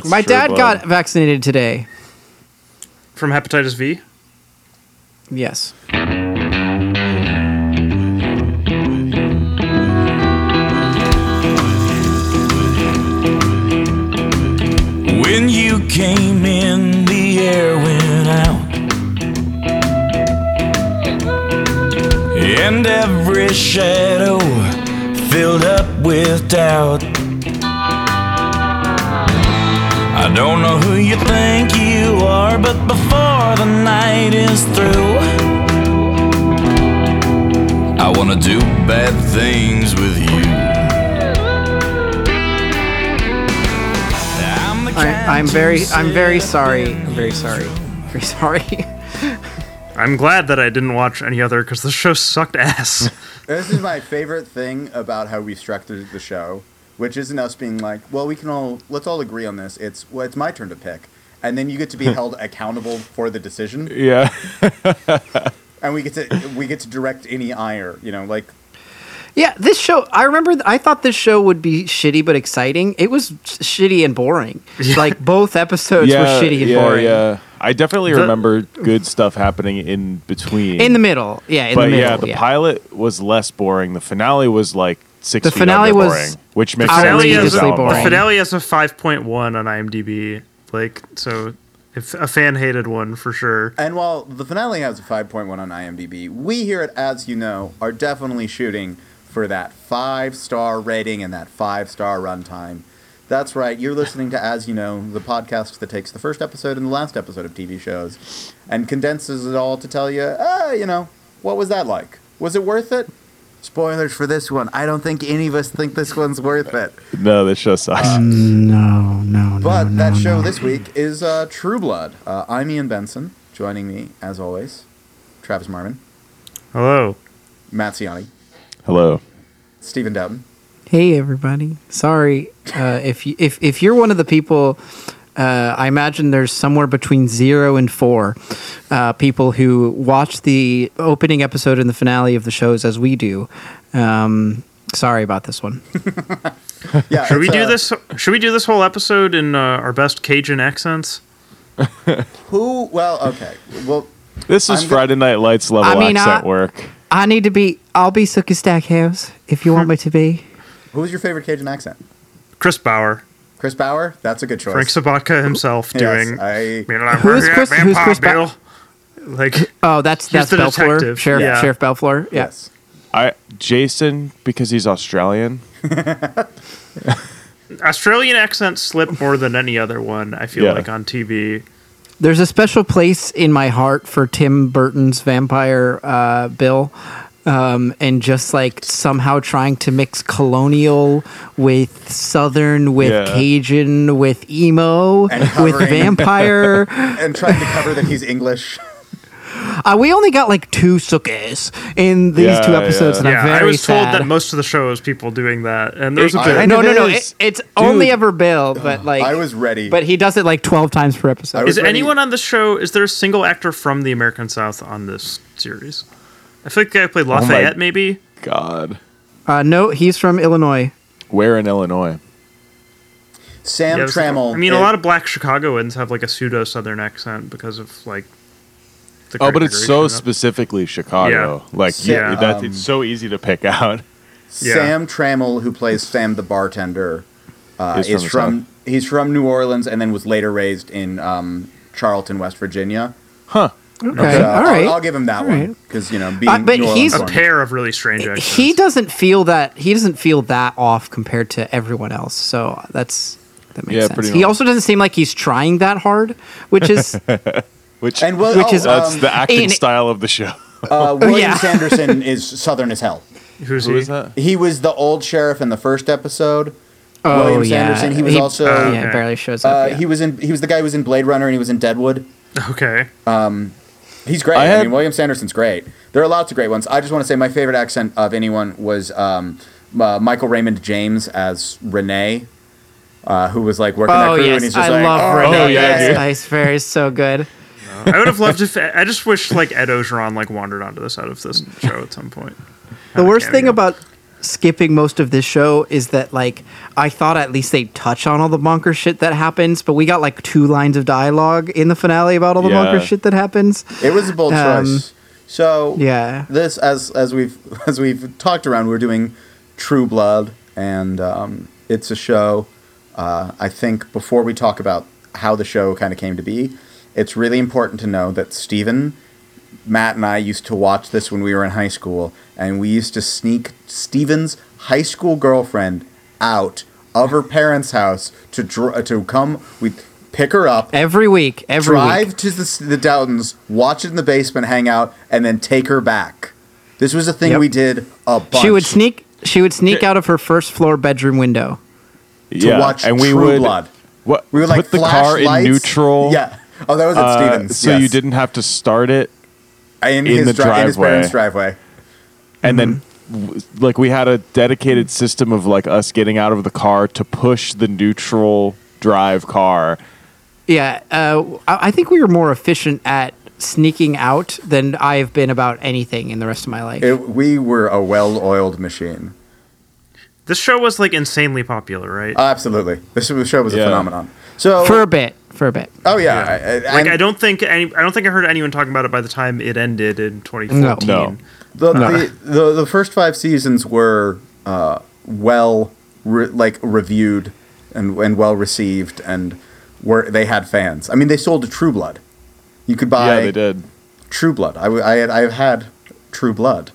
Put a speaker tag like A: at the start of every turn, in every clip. A: That's
B: My
A: true
B: dad
A: blood.
B: got vaccinated today.
C: From hepatitis V?
B: Yes.
D: When you came in, the air went out. And every shadow filled up with doubt. I don't know who you think you are, but before the night is through, I wanna do bad things with you. I'm, the kind
B: I, I'm very,
D: to
B: I'm very
D: sit
B: sorry.
D: in
B: I'm very sorry. Very sorry.
C: I'm glad that I didn't watch any other because the show sucked ass.
A: This is my favorite thing about how we structured the show, which isn't us being like, well, we can all let's all agree on this. It's well, it's my turn to pick, and then you get to be held accountable for the decision,
E: Yeah.
A: and we get to we get to direct any ire. You know, like
B: yeah, this show. I remember. th- I thought this show would be shitty but exciting. It was shitty and boring. Like both episodes were shitty and
E: yeah,
B: boring.
E: yeah. uh, I definitely
C: The-
E: remember good stuff happening in between.
B: In the middle. Yeah. In
E: but
B: the middle.
E: yeah, the
B: yeah.
E: pilot was less boring. The finale was like six.
B: The
E: feet
B: finale
E: under
B: was
E: boring, which makes sense.
C: Finale
E: because
C: is
B: outrageously
E: Alan Ball.
C: The
B: boring.
C: finale has a 5.1 on IMDb. Like, so if a fan hated one for sure.
A: And while the finale has a 5.1 on IMDb, we here at As You Know are definitely shooting for that five star rating and that five star runtime. That's right, you're listening to As You Know, the podcast that takes the first episode and the last episode of TV shows and condenses it all to tell you, ah, you know, what was that like? Was it worth it? Spoilers for this one. I don't think any of us think this one's worth it.
E: No, this show sucks.
B: Um, No, no,
A: But
B: no,
A: that
B: no,
A: show
B: no.
A: this week is uh, True Blood. Uh, I'm Ian Benson. Joining me, as always, Travis Marmon.
C: Hello.
A: Matt Ciani,
E: Hello.
A: Stephen Dowden.
B: Hey everybody! Sorry uh, if you, if if you're one of the people, uh, I imagine there's somewhere between zero and four uh, people who watch the opening episode and the finale of the shows as we do. Um, sorry about this one.
A: Yeah,
C: Should we
A: it's,
C: do
A: uh,
C: this? Should we do this whole episode in uh, our best Cajun accents?
A: Who? Well, okay. Well,
E: This is
A: I'm go-
E: Friday Night Lights level
B: I mean, uh,
E: accent
B: I-
E: work.
B: I need to be. I'll be Sookie Stackhouse if you want me to be.
A: who's your favorite Cajun accent?
C: Chris Bauer,
A: Chris Bauer. That's a good choice.
C: Frank Sabaka himself
A: Yes,
C: doing.
A: I,
C: Being like,
B: Who is
C: "Yeah,
B: Chris- who's
C: Vampire
B: Chris Bau-
C: Like,
B: Oh, that's that's
C: the
B: Belfleur,
C: detective.
B: Sheriff
C: Yeah.
B: Sheriff Belfleur. Yeah.
A: yes.
E: I Jason because he's Australian.
C: Australian accents slip more than any other one. I feel
E: Yeah.
C: like on TV.
B: There's a special place in my heart for Tim Burton's vampire uh, Bill, um, and just like somehow trying to mix colonial with southern, with
E: Yeah.
B: Cajun, with emo,
A: And
B: with
A: covering-
B: vampire.
A: And trying to cover that he's English.
B: uh, we only got like two sukes in these
E: Yeah,
B: two episodes,
E: yeah.
B: and I'm
C: yeah,
B: very
C: I was
B: sad.
C: told that most of the show is people doing that, and there's a
E: It-
C: bit.
E: I-
B: no,
E: And
B: no,
E: it
B: no.
E: is.
B: It, it's only
E: Dude.
B: ever Bill, but like,
A: I was ready.
B: but he does it like twelve times per episode.
A: I was
C: Is
A: ready-
C: anyone on the show? Is there a single actor from the American South on this series? I feel like I played
E: my-
C: Lafayette, maybe.
E: God,
B: Uh, no, he's from Illinois.
E: where in Illinois?
A: Sam
C: Yeah, it's like-
A: Trammell.
C: I mean, a
A: is-
C: lot of black Chicagoans have like a pseudo Southern accent because of like. The
E: Oh,
C: Great
E: but it's so
C: Migration.
E: specifically Chicago. Like, yeah, um,
C: Yeah.
E: that it's so easy to pick out.
C: yeah.
A: Sam Trammell, who plays Sam the bartender, uh,
E: He's from
A: is
E: the
A: from. He's from New Orleans and then was later raised in um, Charlton, West Virginia.
E: Huh?
B: Okay,
A: So
B: all right.
A: I'll, I'll give him that
B: All
A: one
B: right.
A: because you know being
B: but
A: New
B: he's-
A: Orleans
C: a
A: born.
C: pair of really strange accents.
B: he doesn't feel that he doesn't feel that off compared to everyone else. So that's that makes
E: Yeah,
B: sense.
E: pretty
B: He
E: normal.
B: also doesn't seem like he's trying that hard, which is
E: Which
A: And Will,
B: Which
A: oh,
B: is-
E: that's
A: um,
E: the acting
B: in-
E: style of the show.
A: uh, William
B: Yeah.
A: Sanderson is southern as hell.
C: Who's
E: Who
C: he?
E: is that?
A: He was the old sheriff in the first episode.
B: oh
A: William
B: yeah. Oh,
A: Sanderson. He was also
B: yeah,
C: okay.
B: barely shows
A: uh,
B: up. yeah.
A: he was in he was the guy who was in Blade Runner and he was in Deadwood.
C: Okay.
A: He's great. I,
E: I had-
A: mean, William Sanderson's great. There are lots of great ones. I just want to say my favorite accent of anyone was um, uh, Michael Raymond James as Renee, uh, who was like working that
B: Oh
A: crew and
B: yes,
A: he's
B: I
A: just like,
B: love
A: "Oh,
B: Renee.
E: yeah,
B: yes,
E: dude.
B: Ice Fair is so good.
C: I would have loved if I just wish like Ed Ogeron like wandered onto the set of this show at some point.
B: The worst
C: cameo.
B: thing about skipping most of this show is that like I thought at least they'd touch on all the bonker shit that happens, but we got like two lines of dialogue in the finale about all the
E: Yeah.
B: bonker shit that happens.
A: It was a bold
B: Um,
A: choice. So
B: Yeah.
A: this as as we've as we've talked around, we're doing True Blood, and um, it's a show. Uh, I think before we talk about how the show kind of came to be, it's really important to know that Steven, Matt, and I used to watch this when we were in high school, and we used to sneak Steven's high school girlfriend out of her parents' house to dr- to come. We pick her up
B: Every week, every
A: drive
B: week.
A: to the, the Dowdens, watch it in the basement, hang out, and then take her back. This was a thing
B: Yep.
A: we did a bunch.
B: She would sneak she would sneak
E: Yeah.
B: out of her first floor bedroom window.
A: to
E: yeah,
A: watch
E: and we
A: True
E: would
A: Blood.
E: What,
A: We would like
E: put the car in
A: flashlights.
E: neutral.
A: Yeah. Oh, that was at
E: uh,
A: Stevens.
E: so you
A: yes.
E: didn't have to start it
A: in,
E: in
A: his
E: the
A: dri- in his
E: driveway.
A: parents' driveway.
E: and
B: Mm-hmm.
E: then w- like we had a dedicated system of like us getting out of the car to push the neutral drive car
B: Yeah, uh, I I think we were more efficient at sneaking out than I've been about anything in the rest of my life.
A: It, we were a well-oiled machine.
C: This show was like insanely popular, right?
A: Uh, absolutely, this was- show was a
E: Yeah.
A: phenomenon. So,
B: for a bit, for a bit.
A: oh yeah, I- I-
C: like
A: and
C: I don't think any, I don't think I heard anyone talking about it by the time it ended in 2014.
E: No.
A: the, the, the the first five seasons were uh, well re- like reviewed and and well received and were they had fans. I mean, they sold to True Blood. You could buy
E: yeah they did
A: True Blood. I w- I had, I've had True Blood.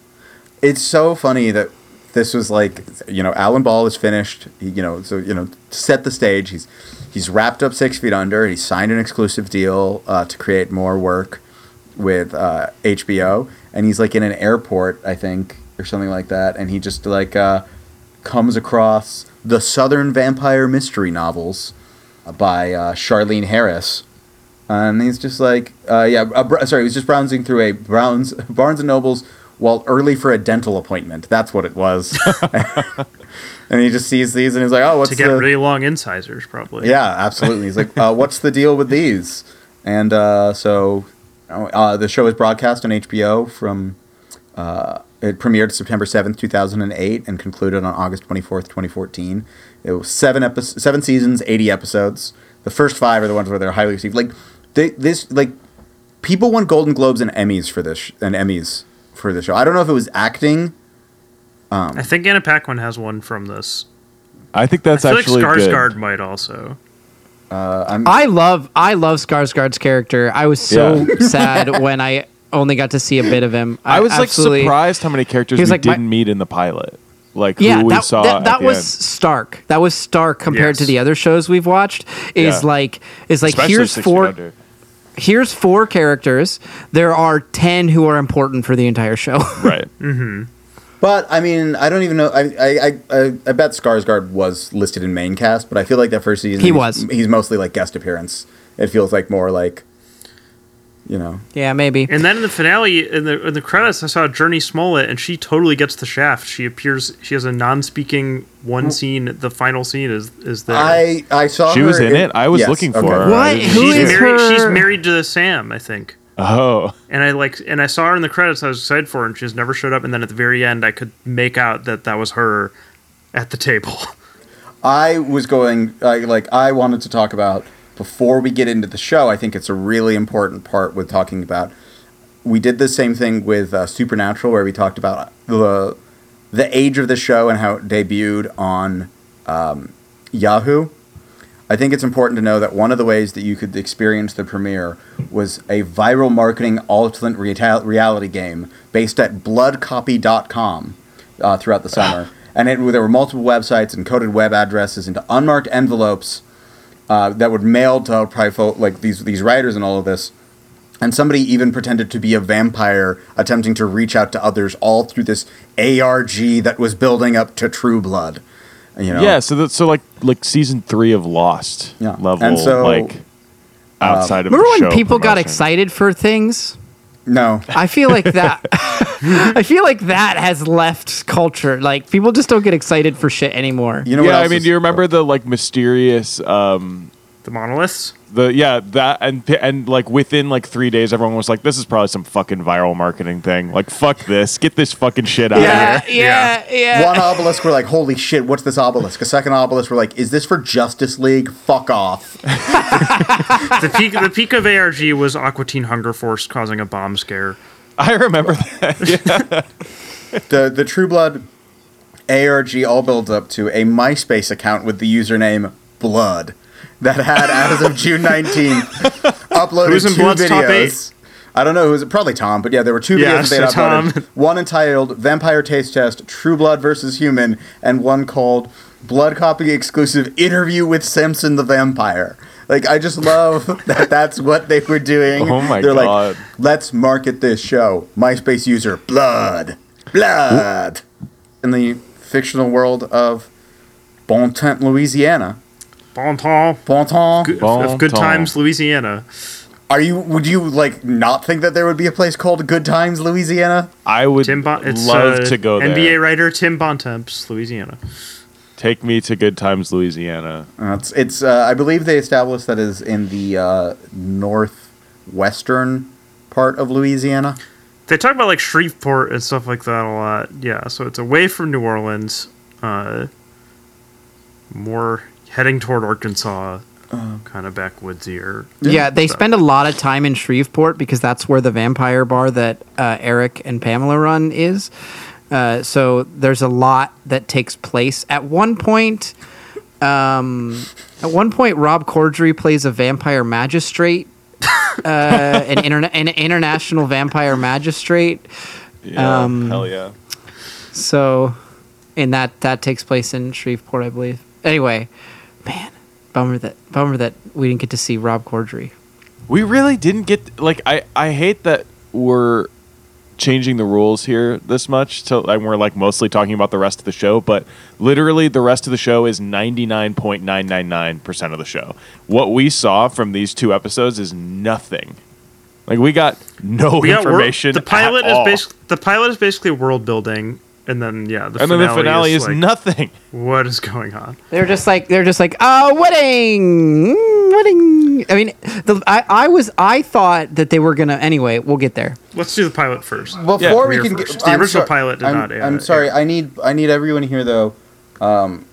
A: It's so funny that this was like you know Alan Ball is finished. He, you know so you know to set the stage. He's he's wrapped up Six Feet Under. He signed an exclusive deal uh, to create more work with uh, HBO, and he's like in an airport, I think, or something like that. And he just like uh, comes across the Southern Vampire Mystery novels by uh, Charlene Harris. And he's just like, uh, yeah, uh, br- sorry, he was just browsing through a Browns Barnes and Nobles while early for a dental appointment. That's what it was. and he just sees these and he's like, oh, what's
C: To get
A: the
C: really long incisors, probably.
A: yeah, absolutely. He's like, uh, what's the deal with these? And uh, so uh, the show is broadcast on HBO from. Uh, it premiered September 7th, 2008, and concluded on August 24th, 2014. It was seven, epi- seven seasons, 80 episodes. The first five are the ones where they're highly received. Like, they, this, like, people won Golden Globes and Emmys for this, sh- and Emmys for the show. I don't know if it was acting.
C: I think Anna Paquin has one from this.
E: i think that's
C: I feel
E: actually
C: like
E: good.
C: Skarsgård might also.
A: Uh, I'm,
B: I love I love Skarsgård's character. I was so
E: Yeah.
B: sad when I only got to see a bit of him.
E: I was like
B: absolutely-
E: surprised how many characters
B: He was
E: we
B: like, my-
E: didn't meet in the pilot. Like
B: Yeah,
E: who we
B: that,
E: saw.
B: that,
E: at
B: that
E: the
B: was
E: end.
B: stark. That was stark compared to
C: Yes.
B: the other shows we've watched. Is
E: Yeah.
B: like is like
E: Especially
B: here's
E: Six Feet
B: four
E: Under.
B: here's four characters. There are ten who are important for the entire show.
E: Right.
A: But I mean, I don't even know. I I I- I, I bet Skarsgård was listed in main cast, but I feel like that first season
B: He
A: he's-
B: was.
A: He's mostly like guest appearance. It feels like more like, you know,
B: yeah, maybe.
C: And then in the finale, in the in the credits, I saw Journey Smollett, and she totally gets the shaft. She appears. She has a non-speaking one scene. The final scene is is there.
A: I I saw
E: She
A: her
E: was in it. I was
A: yes,
E: looking for
A: okay.
E: her. I
B: What?
E: didn't-
B: Who
C: she's
B: is
C: married,
B: her?
C: She's married to Sam, I think.
E: Oh,
C: And I like, and I saw her in the credits. I was excited for her, and she just never showed up. And then at the very end, I could make out that that was her at the table.
A: I was going I, like I wanted to talk about before we get into the show. I think it's a really important part with talking about. We did the same thing with uh, Supernatural, where we talked about the the age of the show and how it debuted on um, Yahoo. I think it's important to know that one of the ways that you could experience the premiere was a viral marketing alternate reali- reality game based at bloodcopy.com uh, throughout the summer. and it, there were multiple websites and coded web addresses into unmarked envelopes uh, that would mail to probably fo- like these, these writers and all of this. And somebody even pretended to be a vampire attempting to reach out to others all through this ARG that was building up to True Blood. You know?
E: yeah. So that so like like season three of Lost
A: Yeah.
E: level
A: And so,
E: like outside of
B: Remember
E: the
B: when
E: show
B: people got
E: promotion.
B: excited for things?
A: No.
B: I feel like that. I feel like that has left culture. Like people just don't get excited for shit anymore.
A: You know what
E: yeah,
A: else
E: I mean,
A: is-
E: do you remember the like mysterious um
C: The monoliths.
E: The yeah that and and like within like three days, everyone was like, "This is probably some fucking viral marketing thing. Like, fuck this, get this fucking shit out of here."
C: yeah,
A: One obelisk, we're like, holy shit, what's this obelisk? A second obelisk, we're like, is this for Justice League? Fuck off.
C: The peak. the peak of ARG was Aqua Teen Hunger Force causing a bomb scare.
E: I remember that.
A: the the True Blood ARG all builds up to a MySpace account with the username Blood that had as of June nineteenth uploaded
C: Who's in
A: two
C: Blood's top
A: videos. I don't know who was probably Tom, but yeah, there were two
C: Yeah,
A: videos that they
C: so
A: uploaded.
C: Tom.
A: One entitled "Vampire Taste Test: True Blood versus Human," and one called "Blood Copy Exclusive Interview with Samson the Vampire." Like, I just love that that's what they were doing.
E: Oh my
A: They're
E: God.
A: like, let's market this show. MySpace user, blood, blood. In the fictional world of Bontemps, Louisiana.
C: Bon temps
A: Bontemps.
E: Bon
C: of Good
E: temps.
C: Times, Louisiana.
A: Are you? Would you like not think that there would be a place called Good Times, Louisiana?
E: I would
C: Tim bon- it's,
E: love
C: uh,
E: to go there.
C: NBA writer Tim Bontemps, Louisiana.
E: Take me to Good Times, Louisiana.
A: Uh, it's. It's. Uh, I believe they established that is in the uh, northwestern part of Louisiana.
C: They talk about like Shreveport and stuff like that a lot. Yeah, so it's away from New Orleans, uh, more heading toward Arkansas, kind of backwoods-ier.
B: Yeah, they spend a lot of time in Shreveport because that's where the vampire bar that uh, Eric and Pamela run is. Uh, so there's a lot that takes place. At one point, um, at one point, Rob Corddry plays a vampire magistrate, uh, an, interna- an international vampire magistrate.
E: Yeah,
B: Um,
E: hell yeah.
B: So, and that that takes place in Shreveport, I believe. Anyway, man, bummer that bummer that we didn't get to see Rob Corddry.
E: We really didn't get like I I hate that we're changing the rules here this much to and we're like mostly talking about the rest of the show, but literally the rest of the show is 99.999% of the show. What we saw from these two episodes is nothing. Like we got no
C: We got wor-
E: information.
C: the pilot
E: at
C: is
E: all.
C: basically the pilot is basically world building, and then yeah, the
E: and then
C: finale
E: the finale is,
C: like,
E: nothing.
C: What is going on?
B: They're just like they're just like oh wedding Mm, wedding. I mean, the I, I was I thought that they were gonna anyway. We'll get there.
C: Let's do the pilot first.
A: Before we
C: we
A: can
C: were
A: get
C: first. The original pilot did
A: I'm,
C: not air
A: I'm
C: it.
A: sorry. I need I need everyone here though. Um,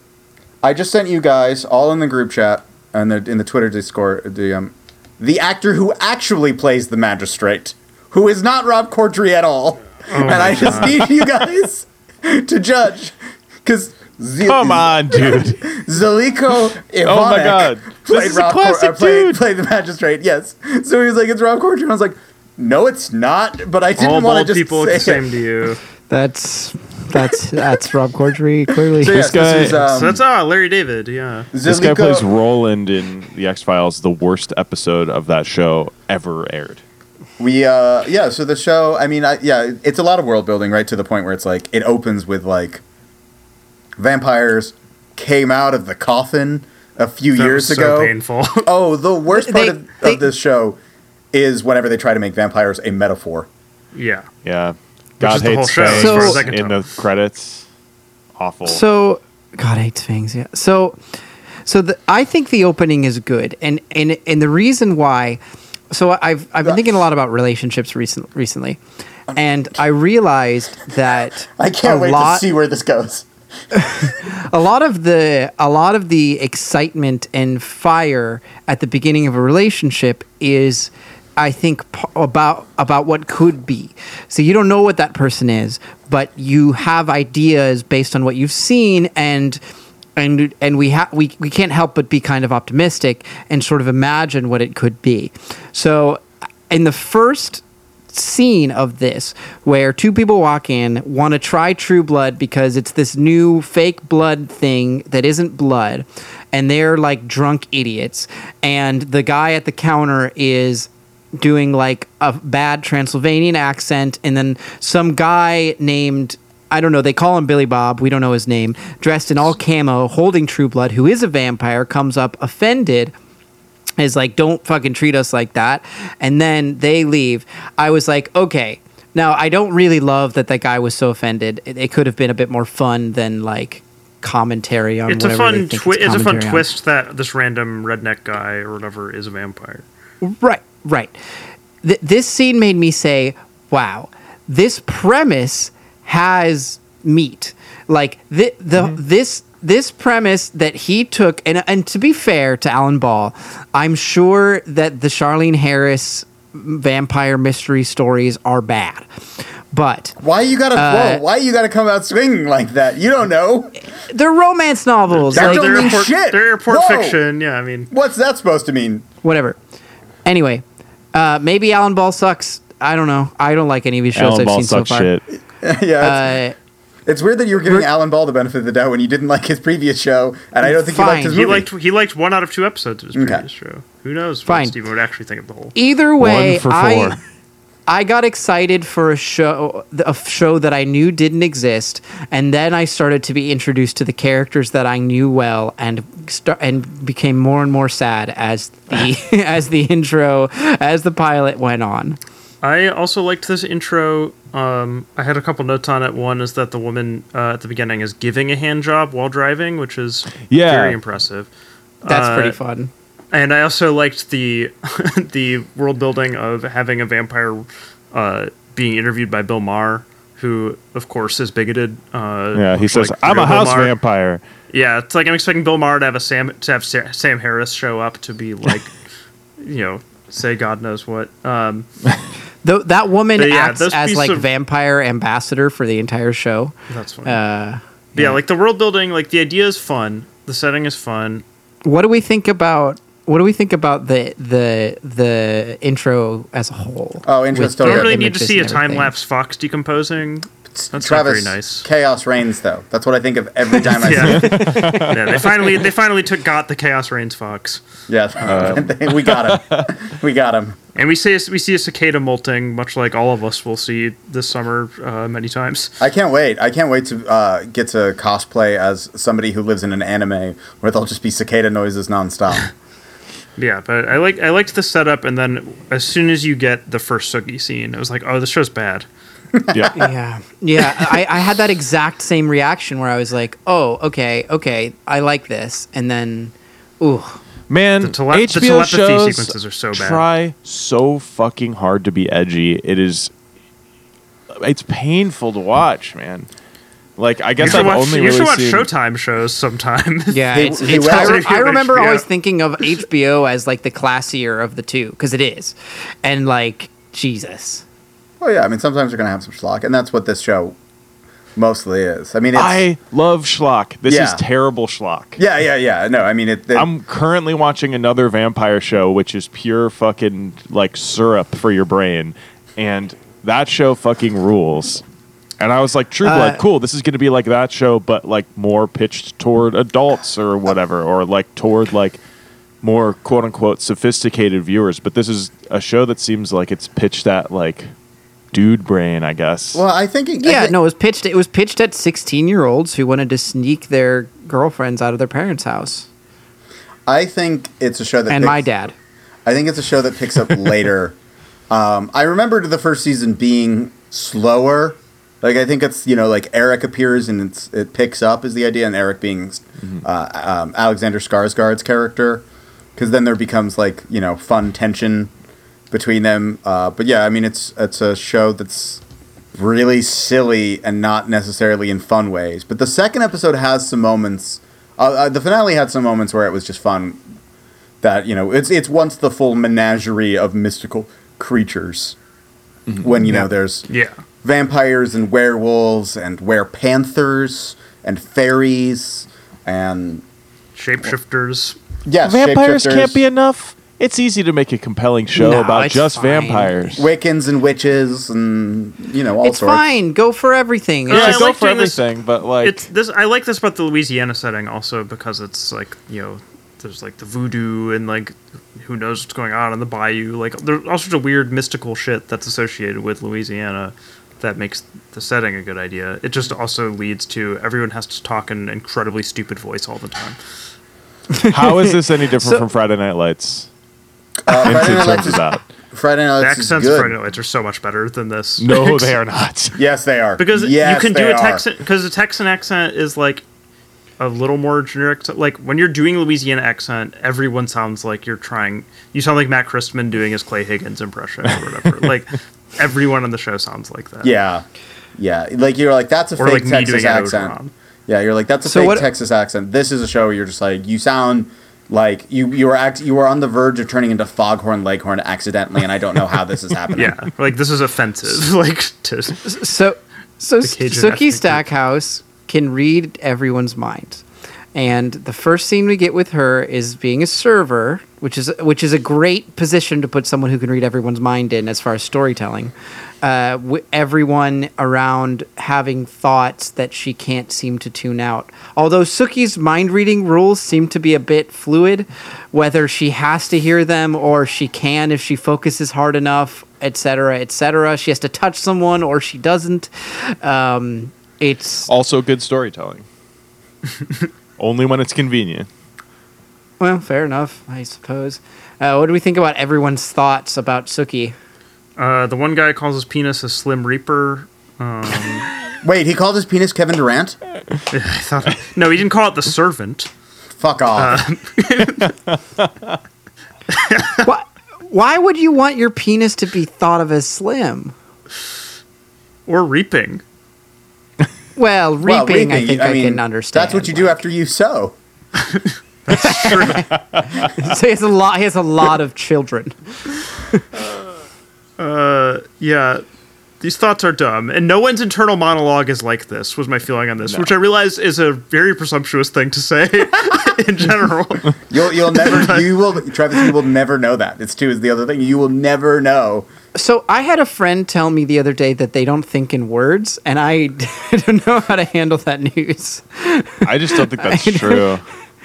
A: I just sent you guys all in the group chat and the, in the Twitter Discord the um, the actor who actually plays the magistrate, who is not Rob Corddry at all,
C: Oh
A: and I just need you guys to judge because
E: Come on, dude.
A: Zeliko Ivanek
E: Oh my God.
A: played
E: This is a
A: Rob Cor-
E: classic
A: uh, played,
E: dude.
A: played the magistrate. Yes, so he was like, "It's Rob Corddry," and I was like, "No, it's not." But I
C: All
A: didn't want
C: bald
A: to just
C: people
A: say
C: look the
A: it.
C: same to you.
B: That's that's that's Rob Corddry clearly.
A: So yes,
E: guy-
A: this is, um,
C: so that's ah Larry David. Yeah,
E: This guy
A: Zilico-
E: plays Roland in The X Files, the worst episode of that show ever aired.
A: We uh yeah, so the show, I mean, I, yeah, it's a lot of world building right to the point where it's like it opens with like vampires came out of the coffin a few
C: That
A: years
C: was so
A: ago.
C: painful.
A: Oh, the worst part
B: They-
A: of,
B: they-
A: of this show is whenever they try to make vampires a metaphor.
C: yeah,
E: Yeah.
C: is
E: God
C: the whole
E: hates
C: show,
E: Fangs
B: as far
C: as I can
E: in
C: tell.
E: the credits. Awful.
B: So, God hates things. Yeah. So, so the, I think the opening is good, and and and the reason why. So I've I've been thinking a lot about relationships recent, recently, and I realized that
A: I can't
B: a
A: wait
B: lot-
A: to see where this goes.
B: a lot of the a lot of the excitement and fire at the beginning of a relationship is I think p- about about what could be. So you don't know what that person is, but you have ideas based on what you've seen and and and we ha- we we can't help but be kind of optimistic and sort of imagine what it could be. So in the first scene of this where two people walk in want to try true blood because it's this new fake blood thing that isn't blood and they're like drunk idiots and the guy at the counter is doing like a bad transylvanian accent and then some guy named I don't know. They call him Billy Bob. We don't know his name. Dressed in all camo, holding True Blood, who is a vampire, comes up offended is like, don't fucking treat us like that. And then they leave. I was like, okay. Now, I don't really love that that guy was so offended. It, it could have been a bit more fun than like commentary on
C: It's a
B: whatever they
C: fun
B: think
C: twi- it's a fun
B: commentary on.
C: twist that this random redneck guy or whatever is a vampire.
B: Right, right. Th- this scene made me say, "Wow, this premise has meat." Like thi- the this this premise that he took, and and to be fair to Alan Ball, I'm sure that the Charlene Harris vampire mystery stories are bad, but
A: Why you gotta
B: Uh,
A: whoa, Why you gotta come out swinging like that? You don't know.
B: they're romance novels.
A: That
B: like-
A: don't mean
C: airport,
A: shit.
C: They're airport
A: Whoa.
C: fiction. Yeah, I mean,
A: What's that supposed to mean?
B: whatever. Anyway, uh, maybe Alan Ball sucks. I don't know. I don't like any of his shows
E: Alan
B: I've
E: Ball
B: seen so
E: sucks
B: far.
E: shit.
A: yeah, it's,
B: Uh,
A: it's weird that you were giving
B: we're-
A: Alan Ball the benefit of the doubt when you didn't like his previous show, and I don't think you liked
B: Fine.
A: his
C: he
A: movie.
C: liked he liked one out of two episodes of his
A: Okay.
C: previous show. Who knows
B: Fine.
C: what Steven would actually think of the whole?
B: either way,
E: One for four.
B: I I got excited for a show a show that I knew didn't exist, and then I started to be introduced to the characters that I knew well, and sta- and became more and more sad as the as the intro as the pilot went on.
C: I also liked this intro. Um, I had a couple notes on it. One is that the woman uh, at the beginning is giving a hand job while driving, which is
E: Yeah.
C: very impressive.
B: That's
C: Uh,
B: pretty fun.
C: And I also liked the the world building of having a vampire uh, being interviewed by Bill Maher, who of course is bigoted. Uh,
E: Yeah, he
C: much
E: says,
C: like
E: "I'm
C: real
E: a
C: Bill
E: house
C: Maher.
E: vampire."
C: Yeah, it's like I'm expecting Bill Maher to have a Sam to have Sa- Sam Harris show up to be like, you know, say God knows what. Um,
B: Though that woman
C: but yeah,
B: acts
C: those
B: as
C: piece
B: like
C: of-
B: vampire ambassador for the entire show.
C: that's funny.
B: Uh,
C: yeah. like the world building, like the idea is fun, the setting is fun.
B: what do we think about? What do we think about the the the intro as a whole?
A: Oh, intro's
B: With
A: still
C: I
B: the
C: don't
A: Yeah,
C: really need to
B: images
C: see a
B: and everything?
C: time lapse fox decomposing. That's not
A: Travis,
C: very nice.
A: chaos reigns though. That's what I think of every time I see.
C: Yeah.
A: it.
C: yeah, they finally they finally took got the Chaos Reigns fox,
A: Yes,
C: Uh,
A: we got him. we got him.
C: and we see we see a cicada molting, much like all of us will see this summer uh, many times.
A: I can't wait. I can't wait to uh, get to cosplay as somebody who lives in an anime where they'll just be cicada noises nonstop.
C: Yeah, but I like I liked the setup, and then as soon as you get the first Sugi scene, I was like, oh, this show's bad.
E: Yeah,
B: yeah yeah I, I had that exact same reaction where i was like oh okay okay i like this and then ooh
E: man.
C: The tele- the
E: HBO
C: telepathy
E: shows
C: sequences are so bad.
E: Try so fucking hard to be edgy. It is. It's painful to watch, man. Like I
C: You
E: guess
C: should
E: I've
C: watch,
E: only
C: you
E: really
C: should watch
E: seen-
C: Showtime shows sometime.
B: yeah
A: They-
B: it's,
A: they
B: it's,
A: were-
B: I, re-
C: It's
B: I remember
C: HBO.
B: always thinking of hbo as like the classier of the two because it is and like jesus
A: well, yeah. I mean, sometimes you're gonna have some schlock, and that's what this show mostly is. I mean, it's,
E: I love schlock. This
A: Yeah.
E: is terrible schlock.
A: yeah, yeah, yeah. No, I mean, it, it-
E: I'm currently watching another vampire show, which is pure fucking like syrup for your brain, and that show fucking rules. And I was like, True Blood,
B: Uh,
E: cool. This is going to be like that show, but like more pitched toward adults or whatever, or like toward like more quote unquote sophisticated viewers. But this is a show that seems like it's pitched at like dude brain, I guess.
A: well, I think. It, I
B: yeah
A: thi-
B: no it was pitched it was pitched at 16 year olds who wanted to sneak their girlfriends out of their parents house
A: I think it's a show that
B: and
A: picks-
B: my dad
A: I think it's a show that picks up later. Um, I remember the first season being slower. Like I think it's you know like Eric appears and it's it picks up is the idea, and Eric being uh, um, Alexander Skarsgård's character, because then there becomes like you know fun tension between them. Uh, but yeah, I mean it's it's a show that's really silly and not necessarily in fun ways. But the second episode has some moments. Uh, uh, the finale had some moments where it was just fun that you know it's it's once the full menagerie of mystical creatures when you know there's
C: yeah,
A: vampires and werewolves and werepanthers and fairies and
C: shapeshifters.
A: yes
E: vampires can't
A: shapeshifters,
E: be enough. It's easy to make a compelling show
B: No,
E: about
B: it's
E: just
B: fine.
E: vampires.
A: Wiccans and witches and you know all
B: it's
A: sorts.
B: fine go for everything
C: Yeah,
E: yeah,
C: I
E: go
C: like
E: for
C: doing this-
E: everything, but like
C: It's this. I like this about the Louisiana setting also because it's like you know there's like the voodoo and like who knows what's going on in the bayou. Like there's all sorts of weird mystical shit that's associated with Louisiana that makes the setting a good idea. It just also leads to everyone has to talk in an incredibly stupid voice all the time.
E: How is this any different
B: So-
E: from Friday Night Lights?
A: Uh, Friday
E: In
A: Night
E: terms
A: Lights
E: of
A: is,
E: that,
A: Friday Night
C: The
A: Lights is
C: accents of Friday
A: good.
C: Night Lights are so much better than this.
E: no, they are not.
A: Yes, they are
C: because
A: yes,
C: you can do
A: they
C: a
A: are.
C: Texan because the Texan accent is like a little more generic. So, like when you're doing Louisiana accent, everyone sounds like you're trying. You sound like Matt Christman doing his Clay Higgins impression or whatever. like everyone on the show sounds like that.
A: Yeah, yeah. Like you're like that's a
C: Or
A: fake
C: like me
A: Texas
C: doing it
A: accent.
C: accent.
A: Yeah, you're like that's a
B: So
A: fake
B: what-
A: Texas accent. This is a show where you're just like you sound like you you were act you were on the verge of turning into Foghorn Leghorn accidentally, and I don't know how this is happening.
C: Yeah, like this is offensive. like to
B: So, so
C: Cajun
B: Sookie
C: ethnic
B: Stackhouse can read everyone's mind, and the first scene we get with her is being a server, which is which is a great position to put someone who can read everyone's mind in as far as storytelling. Uh, w- everyone around having thoughts that she can't seem to tune out. Although Sookie's mind reading rules seem to be a bit fluid, whether she has to hear them or she can if she focuses hard enough etc etc she has to touch someone or she doesn't um it's
E: Also, good storytelling. Only when it's convenient.
B: well fair enough i suppose uh, what do we think about everyone's thoughts about suki
C: uh, the one guy calls his penis a Slim Reaper.
A: Wait, he called his penis Kevin Durant?
C: I thought no, he didn't call it the servant.
A: Fuck off.
C: Uh,
B: why, why would you want your penis to be thought of as slim
C: or reaping.
B: well reaping, i
A: Well, reaping,
B: think
A: you-
B: i,
A: mean,
B: can understand
A: That's what you do after you sow.
B: so he has a lot he has a lot of children
C: Yeah, these thoughts are dumb, and no one's internal monologue is like this. Was my feeling on this, which I realize is a very presumptuous thing to say in general.
A: You'll you'll never you will Travis you will never know that. It's too is the other thing. You will never know.
B: So I had a friend tell me the other day that they don't think in words, and I don't know how to handle that news.
E: I just don't think that's true.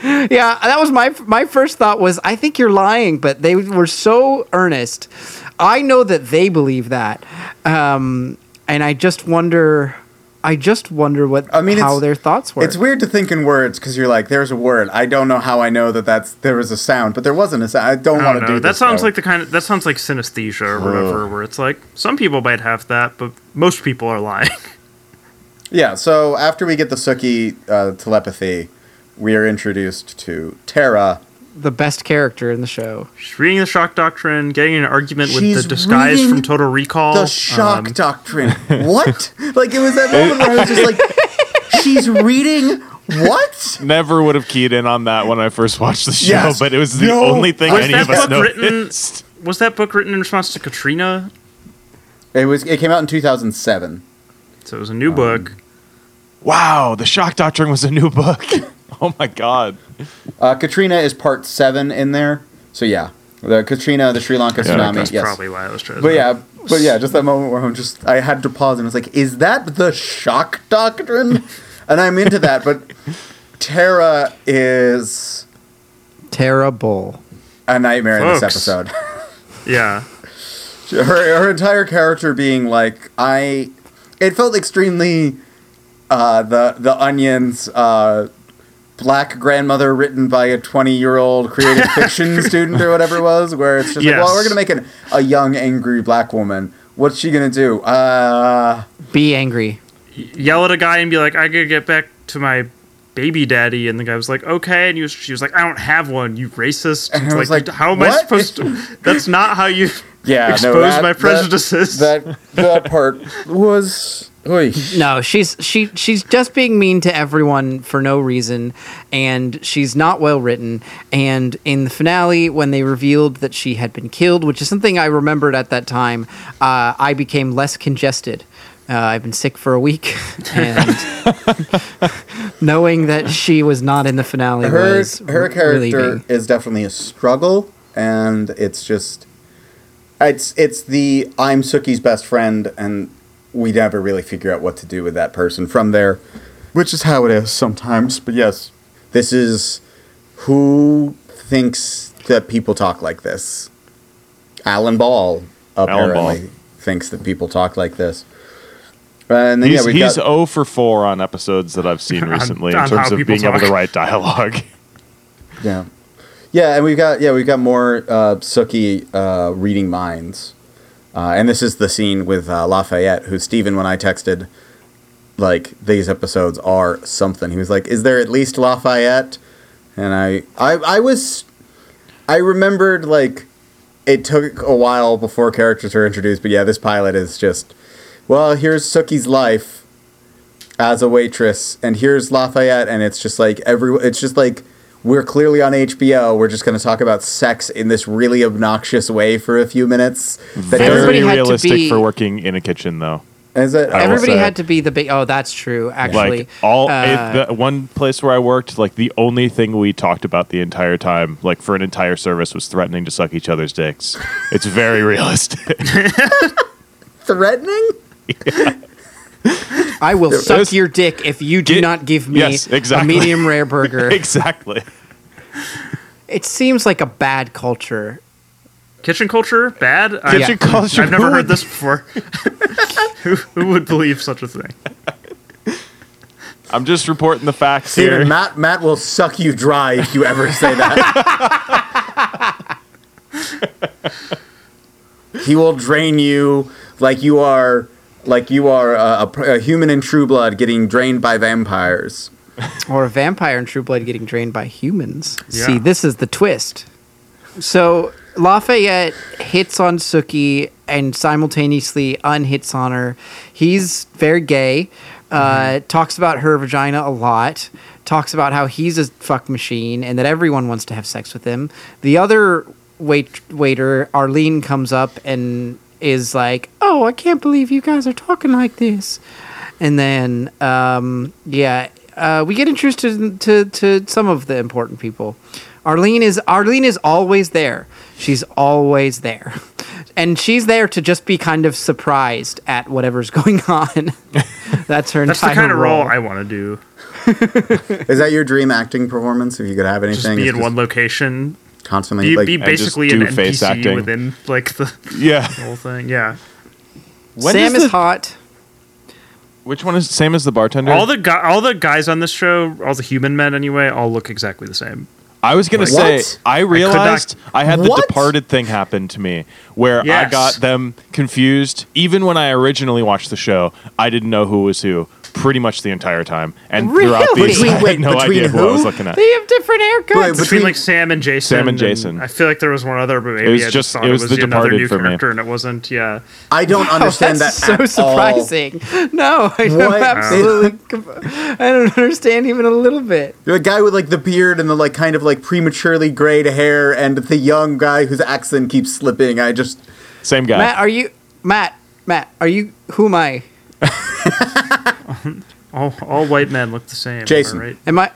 B: Yeah, that was my my first thought was I think you're lying, but they were so earnest. I know that they believe that, um, and I just wonder. I just wonder what
A: I mean,
B: how
A: it's-
B: their thoughts were.
A: It's weird to think in words because you're like, there's a word. I don't know how I know that that's there was a sound, but there wasn't a sound. I don't
C: I
A: want to
C: don't
A: do
C: know. That
A: this,
C: sounds
A: though.
C: like the kind of that sounds like synesthesia or whatever, where it's like some people might have that, but most people are lying.
A: Yeah, so after we get the Suki uh, telepathy, we are introduced to Tara.
B: the best character in the show.
C: She's reading the shock doctrine, getting in an argument with
A: She's
C: the disguise
A: reading
C: from Total Recall.
A: The shock
C: Um,
A: doctrine. What? like, it was that moment where I was just like, she's reading what?
E: Never would have keyed in on that when I first watched the show,
A: Yes.
E: but it was the
A: No.
E: only thing
C: Was
E: any
C: that
E: of us
C: book written-
E: noticed.
C: was that book written in response to Katrina?
A: It was. It came out in 2007.
C: So it was a
A: Um,
C: new book.
E: Wow, The Shock Doctrine was a new book. oh my god.
A: Uh, Katrina is part seven in there. So, yeah. The Katrina, the Sri Lanka
E: Yeah,
A: tsunami.
C: That's
A: Yes.
C: probably why I was trying.
A: But yeah, but yeah, just that moment where I'm just I had to pause and I was like, is that the shock doctrine? And I'm into that, but Tara is
B: Terrible.
A: a nightmare in this
C: Folks.
A: episode.
C: yeah.
A: her her entire character being like I it felt extremely uh the the onions uh Black grandmother written by a 20 year old creative fiction student or whatever it was, where it's just like, well,
C: Yes.
A: we're going to make an, a young, angry black woman. What's she going to do? Uh,
B: Be angry.
C: yell at a guy and be like, "I gotta get back to my baby daddy," and the guy was like, "Okay," and he was, she was like, "I don't have one, you racist."
A: And I
C: It's
A: was
C: like,
A: like,
C: "How am I
A: "What?"
C: supposed to?" That's not how you
A: yeah, no,
C: expose
A: that-
C: my
A: that-
C: prejudices.
A: That that part was. Oy.
B: No, she's she she's just being mean to everyone for no reason, and she's not well written. And in the finale, when they revealed that she had been killed, which is something I remembered at that time, uh, I became less congested. Uh, I've been sick for a week, and knowing that she was not in the finale
A: Her
B: was
A: her
B: re-
A: character
B: relieving.
A: is definitely a struggle, and it's just, it's it's the I'm Sookie's best friend, and we never really figure out what to do with that person from there, which is how it is sometimes. But yes, this is who thinks that people talk like this. Alan Ball
E: Alan
A: apparently
E: Ball.
A: thinks that people talk like this. And then,
E: He's,
A: yeah, we've
E: he's
A: got,
E: 0 for 4 on episodes that I've seen recently
C: on
E: in
C: how
E: terms of
C: people
E: being able to
C: talk.
E: write dialogue.
A: Yeah, yeah, and we've got yeah we've got more uh, Suki uh, reading minds, uh, and this is the scene with uh, Lafayette, who Stephen when I texted like these episodes are something. He was like, "Is there at least Lafayette?" And I, I, I was, I remembered like it took a while before characters were introduced, but yeah, this pilot is just, well, here's Sookie's life as a waitress, and here's Lafayette, and it's just like every, it's just like we're clearly on HBO. We're just going to talk about sex in this really obnoxious way for a few minutes. That
E: Very
B: Everybody had to
E: realistic
B: be-
E: for working in a kitchen, though.
A: doesn't- is it?
E: I will
B: Everybody
E: say.
B: had to be the big. Oh, that's true. Actually,
E: like all
B: uh,
E: it, the one place where I worked, like the only thing we talked about the entire time, like for an entire service, was threatening to suck each other's dicks. It's very realistic.
A: threatening?
B: I will suck
E: was-
B: your dick if you do
E: Get-
B: not give me
E: Yes, exactly.
B: a medium rare burger.
E: exactly.
B: it seems like a bad culture.
C: Kitchen culture bad. I,
E: Kitchen culture,
C: I've never
E: who
C: heard
E: would-
C: this before. who, who would believe such a thing?
E: I'm just reporting the facts
A: Steven,
E: here.
A: Matt, Matt will suck you dry if you ever say that. he will drain you like you are, like you are a, a pr- a human in True Blood getting drained by vampires.
B: Or a vampire in True Blood getting drained by humans. See,
C: Yeah.
B: this is the twist. So Lafayette hits on Suki and simultaneously unhits on her. He's very gay. Uh, talks about her vagina a lot. Talks about how he's a fuck machine and that everyone wants to have sex with him. The other wait waiter, Arlene, comes up and is like, "Oh, I can't believe you guys are talking like this." And then, um, yeah, uh, we get introduced to, to to some of the important people. Arlene is Arlene is always there. She's always there, and she's there to just be kind of surprised at whatever's going on. That's her.
C: That's the
B: entire
C: kind of role
B: role.
C: I want to do.
A: Is that your dream acting performance? If you could have anything,
C: Just be
A: it's just
C: in one location.
A: constantly
C: Be,
A: like
C: be
E: and just
C: basically an
E: do
C: NPC
E: face acting.
C: within like the
E: Yeah.
C: whole thing. Yeah.
E: When
B: Sam
E: does
B: is
E: the-
B: hot.
E: Which one is same as the bartender?
C: All the gu- all the guys on this show, all the human men anyway, all look exactly the same.
E: I was gonna
A: Like-
E: say
A: What?
E: I realized I, had the
A: What?
E: Departed thing happen to me where I
C: Yes.
E: got them confused. Even when I originally watched the show, I didn't know who was who pretty much the entire time, and throughout
B: Really?
E: these,
B: Between-
E: I
A: wait,
E: had no
A: between
E: idea who I was
A: who?
E: looking at.
B: They have different haircuts.
A: Wait,
C: Between
A: Between-
C: like Sam and Jason.
E: Sam and Jason.
C: I feel like there was one other, but maybe
E: was
C: I
E: just-
C: just thought
E: it
C: it
E: was
C: was,
E: The
C: another
E: Departed
C: new
E: for me.
C: character, and it wasn't. Yeah.
A: I don't
B: Oh,
A: understand
B: that's
A: that.
B: so
A: at all.
B: surprising. No, I don't
A: What?
B: absolutely. I don't understand even a little bit.
A: The guy with like the beard and the like kind of like prematurely grayed hair, and the young guy whose accent keeps slipping. I just
E: Same
A: Uh.
E: guy.
B: Matt, are you Matt? Matt, are you? Who am I?
C: All, all white men look the same. am I
A: Jason.
C: Right?
B: Am I?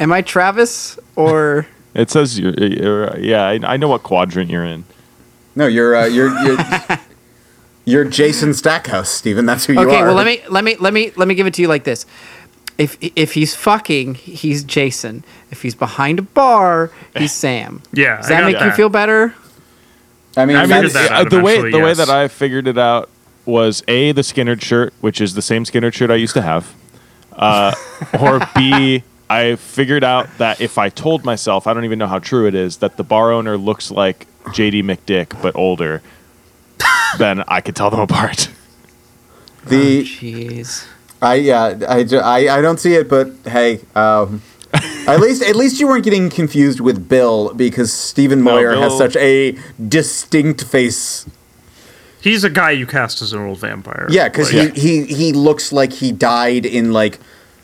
B: Am I Travis or?
E: It says you're, you're yeah. I, I know what quadrant you're in.
A: No, you're uh, you're you're, you're Jason Stackhouse, Steven. That's who you
B: okay,
A: are.
B: well let me let me let me let me give it to you like this. If if he's fucking, he's Jason. If he's behind a bar, he's Sam.
C: Yeah,
B: Does
C: Eh, I
B: that
C: got
B: make you
C: that.
B: feel better?
A: I mean,
E: I mean,
A: that's-
C: figured that
E: uh,
C: out
E: the way the
C: eventually,
E: way
C: yes.
E: that I figured it out was a the Skinner shirt, which is the same Skinner shirt I used to have, uh, or b I figured out that if I told myself, I don't even know how true it is, that the bar owner looks like JD McDick but older, then I could tell them apart.
A: the
B: Oh, Jeez.
A: I yeah I, ju- I I don't see it, but hey, um, at least at least you weren't getting confused with Bill because Stephen
E: No,
A: Moyer has
E: Bill-
A: such a distinct face.
C: He's a guy you cast as an old vampire.
A: Yeah, because
C: Like,
A: he, he he looks like he died in like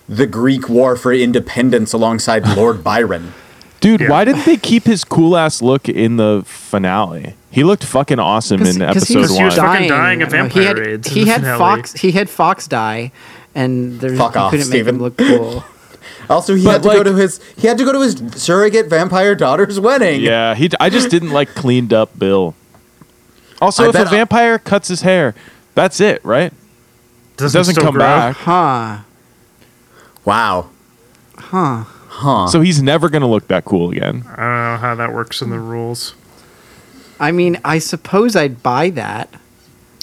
A: the Greek War for Independence alongside Lord Byron.
E: Dude,
C: Yeah.
E: why didn't they keep his cool ass look in the finale? He looked fucking awesome in episode
C: was
E: one.
C: dying. fucking dying of
B: I know. he had,
C: vampire raids in
B: He
C: the
B: had
C: finale.
B: fox. He had fox die, and there
A: Fuck
B: you
A: off,
B: couldn't make
A: Steven.
B: him look cool.
A: Also, he
E: But,
A: had to go
E: like-
A: to his he had to go to his surrogate vampire daughter's wedding.
E: Yeah, he. I just didn't like cleaned up Bill. Also,
A: I
E: if a
A: bet I-
E: vampire cuts his hair, that's it, right? It doesn't
C: still
E: come
C: grow.
E: back,
B: huh?
A: Wow.
B: Huh?
A: Huh.
E: so he's never gonna look that cool again.
C: I don't know how that works in the rules.
B: I mean, I suppose I'd buy that.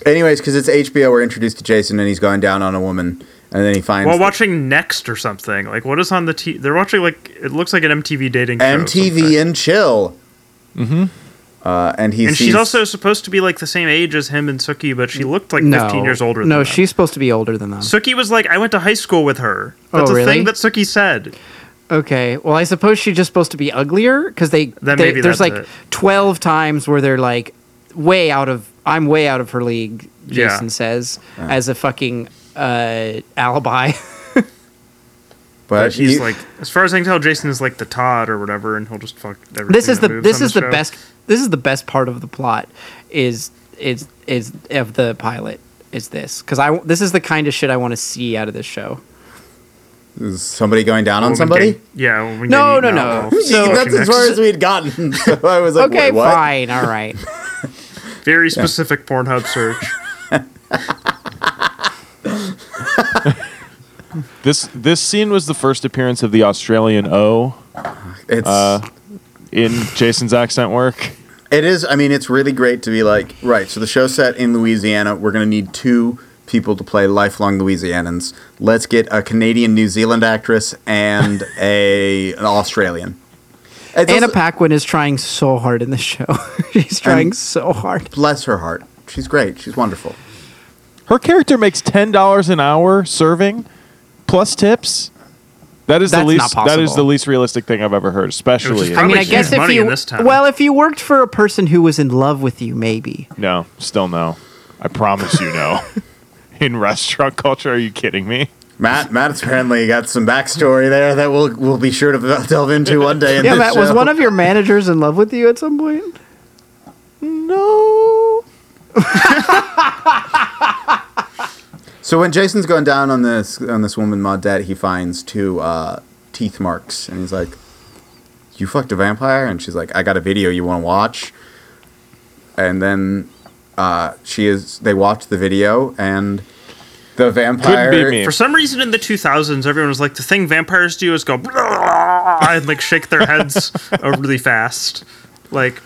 A: Anyways, because it's HBO, we're introduced to Jason and he's going down on a woman, and then he finds
C: While
A: the-
C: watching Next or something, like what is on the T? They're watching like it looks like an MTV dating. show or
A: MTV
C: something.
A: and chill. Mm-hmm. Uh, and he
C: and
A: sees,
C: she's also supposed to be like the same age as him and Suki, but she looked like
B: no,
C: 15 years older.
B: No,
C: than them.
B: she's supposed to be older than them.
C: Suki was like, I went to high school with her.
B: Oh,
C: That's a
B: really?
C: thing that Suki said.
B: Okay. Well, I suppose she's just supposed to be uglier because they,
C: Then
B: they-
C: maybe
B: there's
C: that's
B: like
C: it.
B: twelve times where they're like way out of I'm way out of her league.
C: Yeah.
B: Jason says as a fucking uh, alibi.
A: but
C: he's
A: you-
C: like, as far as I can tell, Jason is like the Todd or whatever, and he'll just fuck everything.
B: this is
C: that
B: the
C: moves
B: this
C: on
B: is the
C: show.
B: best this is the best part of the plot is is is of the pilot is this because I this is the kind of shit I want to see out of this show.
A: is somebody going down on
C: Woman
A: somebody.
C: gang- yeah. woman
B: No,
C: gang
B: no,
C: email.
B: no. So-
A: that's as far as we had gotten. So I was like,
B: okay,
A: wait, what?
B: fine, all right.
C: very specific Pornhub search.
E: This this scene was the first appearance of the Australian O
A: It's
E: uh, in Jason's accent work.
A: it is. I mean, it's really great to be like, right. So the show's set in Louisiana. We're gonna need two people to play lifelong Louisianans. Let's get a Canadian New Zealand actress and a an Australian. It's
B: Anna
A: also-
B: Paquin is trying so hard in this show. She's trying so hard.
A: bless her heart. She's great. She's wonderful.
E: Her character makes ten dollars an hour serving, plus tips. That is
B: That's
E: the
B: not
E: least. That is
B: possible.
E: the least realistic thing I've ever heard. Especially
C: probably-
B: I mean, I
C: huge
B: guess if
C: money
B: you
C: in this town.
B: well, if you worked for a person who was in love with you, maybe.
E: no, still no. I promise you, no. in restaurant culture, are you kidding me?
A: Matt, Matt's apparently got some backstory there that we'll we'll be sure to delve into one day. In
B: Yeah,
A: this
B: Matt, was
A: show.
B: one of your managers in love with you at some point?
E: No.
A: So when Jason's going down on this on this woman Maudette, he finds two uh, teeth marks, and he's like, "You fucked a vampire?" And she's like, "I got a video you want to watch." And then uh, she is. They watch the video, and the vampire.
E: Couldn't be me.
C: For some reason, in the 2000s, everyone was like, the thing vampires do is go and like shake their heads uh, really fast. Like,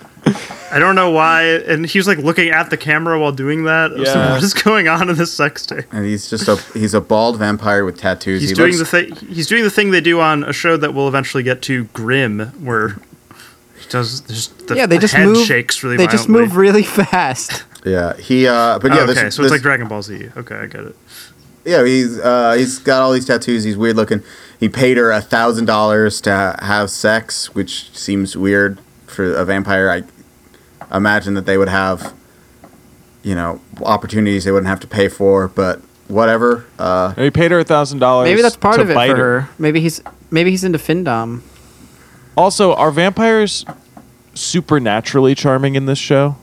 C: I don't know why. And he was like looking at the camera while doing that. I was like,
E: Yeah.
C: what is going on in this sex tape?
A: And he's just a he's a bald vampire with tattoos.
C: He's
A: he
C: doing
A: looks,
C: the thing. He's doing the thing they do on a show that will eventually get to Grimm, where he does just the
B: yeah, they just
C: head
B: move.
C: shakes really.
B: they just
C: violently.
B: move really fast.
A: Yeah, he. Uh, but yeah,
C: oh, okay,
A: this,
C: so it's
A: this-
C: like Dragon Ball Z. Okay, I get it.
A: yeah, he's uh, he's got all these tattoos. He's weird looking. He paid her a thousand dollars to have sex, which seems weird for a vampire. I imagine that they would have, you know, opportunities they wouldn't have to pay for, but whatever. Uh,
E: He paid her thousand dollars.
B: Maybe that's part of it for her. Maybe he's maybe he's into findom.
E: Also, are vampires supernaturally charming in this show?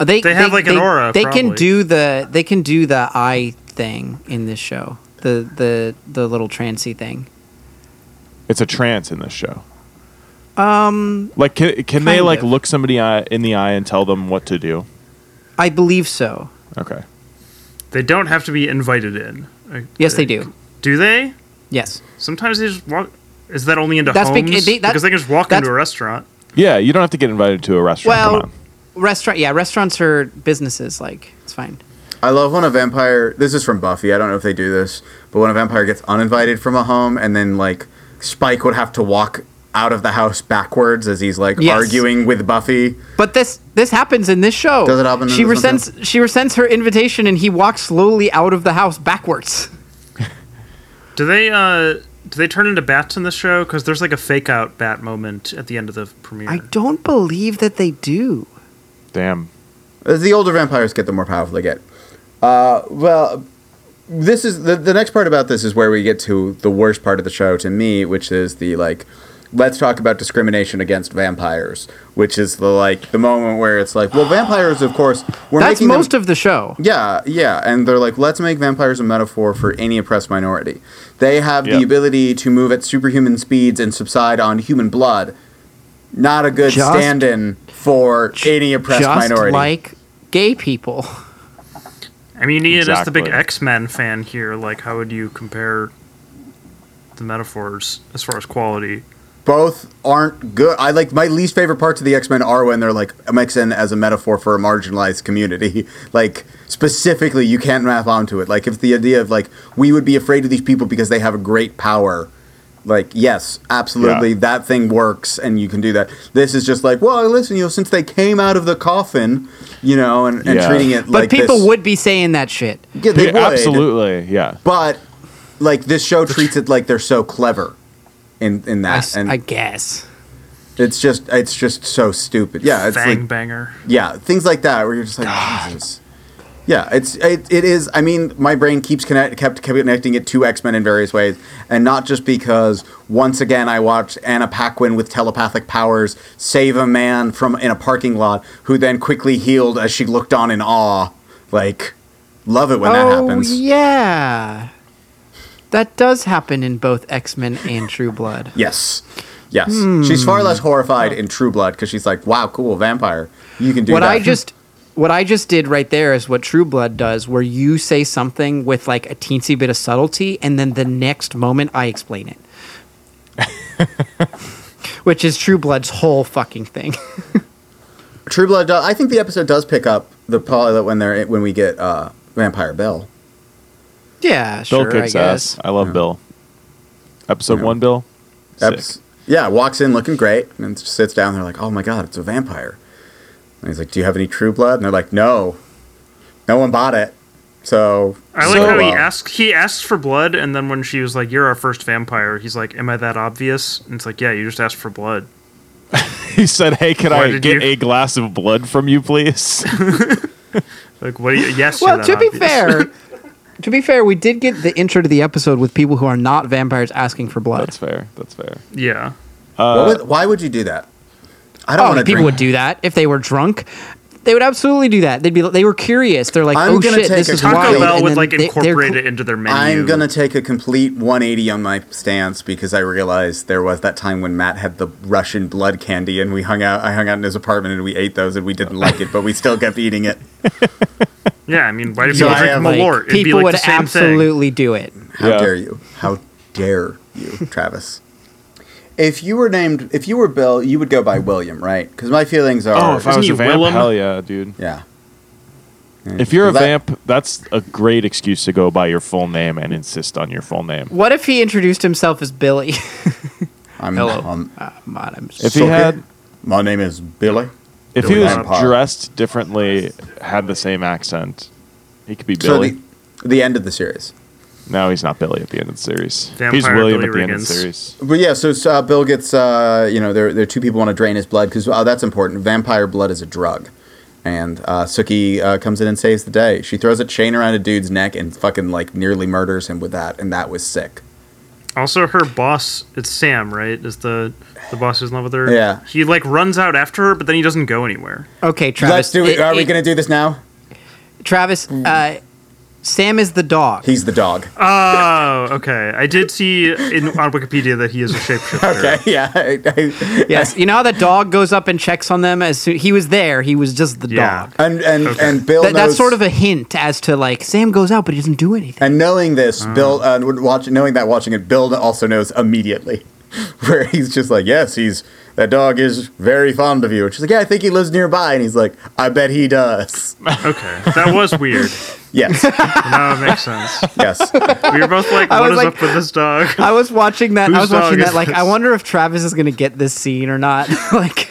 B: Uh, They
C: They have, like, an aura,
B: They can
C: probably.
B: do the they can do the eye thing in this show. The the the little trancy thing.
E: It's a trance in this show.
B: Um,
E: Like, can, can they
B: Kind
E: like
B: of.
E: look somebody eye, in the eye and tell them what to do?
B: I believe so.
E: Okay.
C: They don't have to be invited in. I
B: Yes, they
C: think.
B: do.
C: Do they?
B: Yes.
C: Sometimes they just walk. Is that only into
B: That's bec-
C: homes?
B: they- that-
C: because they can just walk
B: that's-
C: into a restaurant.
E: Yeah, you don't have to get invited to a restaurant. Come
B: Well,
E: on.
B: restaurant. Yeah, restaurants are businesses. Like it's fine.
A: I love when a vampire. This is from Buffy. I don't know if they do this, but when a vampire gets uninvited from a home, and then like Spike would have to walk out of the house backwards as he's like
B: Yes.
A: arguing with Buffy.
B: But this this happens in this show.
A: Does it happen in
B: She
A: this one,
B: resents she resents her invitation, and he walks slowly out of the house backwards.
C: Do they? uh Do they turn into bats in the show? Because there's like a fake out bat moment at the end of the premiere.
B: I don't believe that they do.
E: Damn.
A: As the older vampires get, the more powerful they get. Uh, well, this is the, the next part about this is where we get to the worst part of the show to me, which is the like, let's talk about discrimination against vampires, which is the like the moment where it's like, well, vampires, of course, we're
B: That's
A: making them-
B: most of the show.
A: yeah, yeah, and they're like, let's make vampires a metaphor for any oppressed minority. They have
E: Yep.
A: the ability to move at superhuman speeds and subside on human blood. Not a good
B: Just-
A: stand-in for any oppressed
B: Just
A: minority.
B: like gay people.
C: I mean, Ian is the big
E: Exactly.
C: X Men fan here. Like, how would you compare the metaphors as far as quality?
A: both aren't good. I like my least favorite parts of the X Men are when they're like X Men as a metaphor for a marginalized community. like specifically, you can't map onto it. Like if the idea of like we would be afraid of these people because they have a great power Like, yes, absolutely,
E: Yeah.
A: that thing works, and you can do that. This is just like, well, listen, you know, since they came out of the coffin, you know, and, and
E: Yeah.
A: treating it
B: But
A: like
B: people
A: this-
B: would be saying that shit.
A: yeah, they
E: Yeah,
A: would,
E: absolutely, yeah.
A: But like this show treats it like they're so clever, in in
B: I,
A: that,
B: s-
A: and
B: I guess.
A: it's just it's just so stupid. Yeah, it's
C: Fang
A: like
C: banger.
A: yeah things like that where you're just like Jesus. yeah it's it, it is i mean my brain keeps connect kept, kept connecting it to x-men in various ways and not just because once again i watched anna paquin with telepathic powers save a man from in a parking lot who then quickly healed as she looked on in awe like love it when
B: oh,
A: that happens
B: yeah. That does happen in both X Men and True Blood.
A: yes yes she's
B: Hmm.
A: far less horrified in true blood because she's like wow cool vampire you can do
B: what
A: that
B: I just what I just did right there is what True Blood does, where you say something with like a teensy bit of subtlety, and then the next moment I explain it. Which is True Blood's whole fucking thing.
A: True Blood. Does, I think the episode does pick up the pilot when they're when we get uh, Vampire Bill.
B: yeah,
E: Bill
B: sure, I
E: kicks
B: guess.
E: ass. I love Bill. Episode
A: Yeah.
E: one, Bill. Sick.
A: Eps- yeah, walks in looking great and sits down. They're like, "Oh my god, it's a vampire." And he's like, "Do you have any True Blood?" And they're like, "No, no one bought it." So
C: I like
E: So,
C: how he
A: uh,
C: asks he asks for blood, and then when she was like, "You're our first vampire," he's like, "Am I that obvious?" And it's like, "Yeah, you just asked for blood."
E: He said, "Hey, can
C: Why
E: I
C: did
E: get
C: you-
E: a glass of blood from you, please?"
C: Like, what? Do you, yes.
B: Well,
C: you're that
B: to be
C: obvious.
B: fair, to be fair, we did get the intro to the episode with people who are not vampires asking for blood.
E: That's fair. That's fair.
C: yeah.
A: what would- why would you do that? I don't
B: oh,
A: want
B: people
A: to drink.
B: would do that if they were drunk. They would absolutely do that. They'd be they were curious. They're like,
A: I'm
B: oh
A: gonna
B: shit,
A: take
B: this
A: a
B: is
A: Taco
B: wild.
C: Taco Bell
B: And
C: would
B: then
C: like
B: they- they're
C: incorporate
B: cl-
C: it into their menu.
A: I'm gonna take a complete 180 on my stance because I realized there was that time when Matt had the Russian blood candy and we hung out. I hung out in his apartment and we ate those and we didn't like it, but we still kept eating it.
C: Yeah, I mean, why do
A: So
C: people
A: I
C: drink
A: am,
B: like,
C: Malort? It'd be
B: people
C: like
B: would
C: the same thing.
B: absolutely do it.
A: How
E: Yeah.
A: dare you? How dare you, Travis? If you were named, if you were Bill, you would go by William, right? Because my feelings are.
E: Oh, if I
C: Isn't
E: was
C: he
E: a vamp,
C: Willem?
E: hell yeah, dude.
A: yeah.
E: If you're a
A: That-
E: vamp, that's a great excuse to go by your full name and insist on your full name.
B: What if he introduced himself as Billy?
A: I'm,
B: Hello.
A: um,
B: Come on, I'm
E: If he
A: Suck it.
E: had,
A: my name is Billy.
E: if
A: Billy
E: he was
A: Vampire.
E: dressed differently, had the same accent, he could be
A: So
E: Billy.
A: the, the end of the series.
E: no, he's not Billy at the end of the series. he's
C: Vampire
E: William
C: Billy
E: at the end of the
C: Riggins.
E: series.
A: But yeah, so uh, Bill gets, uh, you know, there, there are two people want to drain his blood because uh, that's important. Vampire blood is a drug. And uh, Suki uh, comes in and saves the day. She throws a chain around a dude's neck and fucking like nearly murders him with that. And that was sick.
C: Also, her boss, it's Sam, right? Is the the boss who's in love with her?
A: Yeah.
C: He like runs out after her, but then he doesn't go anywhere.
B: okay, Travis.
A: Let's do it. Are we going to do this now?
B: Travis, uh, Sam is the dog.
A: He's the dog.
C: Oh, okay. I did see in on Wikipedia that he is a shapeshifter.
A: Okay, yeah. I, I,
B: yes, you know how the dog goes up and checks on them as soon he was there. He was just the
C: Yeah.
B: dog.
A: And and and Bill
B: That,
A: knows,
B: that's sort of a hint as to like Sam goes out, but he doesn't do anything.
A: and knowing this, Bill uh, watch, knowing that watching it, Bill also knows immediately. Where he's just like, yes, he's that dog is very fond of you. And she's like, yeah, I think he lives nearby. And he's like, I bet he does.
C: Okay, that was weird.
A: Yes,
C: Now it makes sense.
A: yes.
C: We were both like,
B: I
C: "What
B: was
C: is
B: like-
C: up with this dog?"
B: I was watching that. I was
C: Whose
B: watching
C: dog is
B: that. Like, I
C: this?
B: wonder if Travis is going to get this scene or not. like,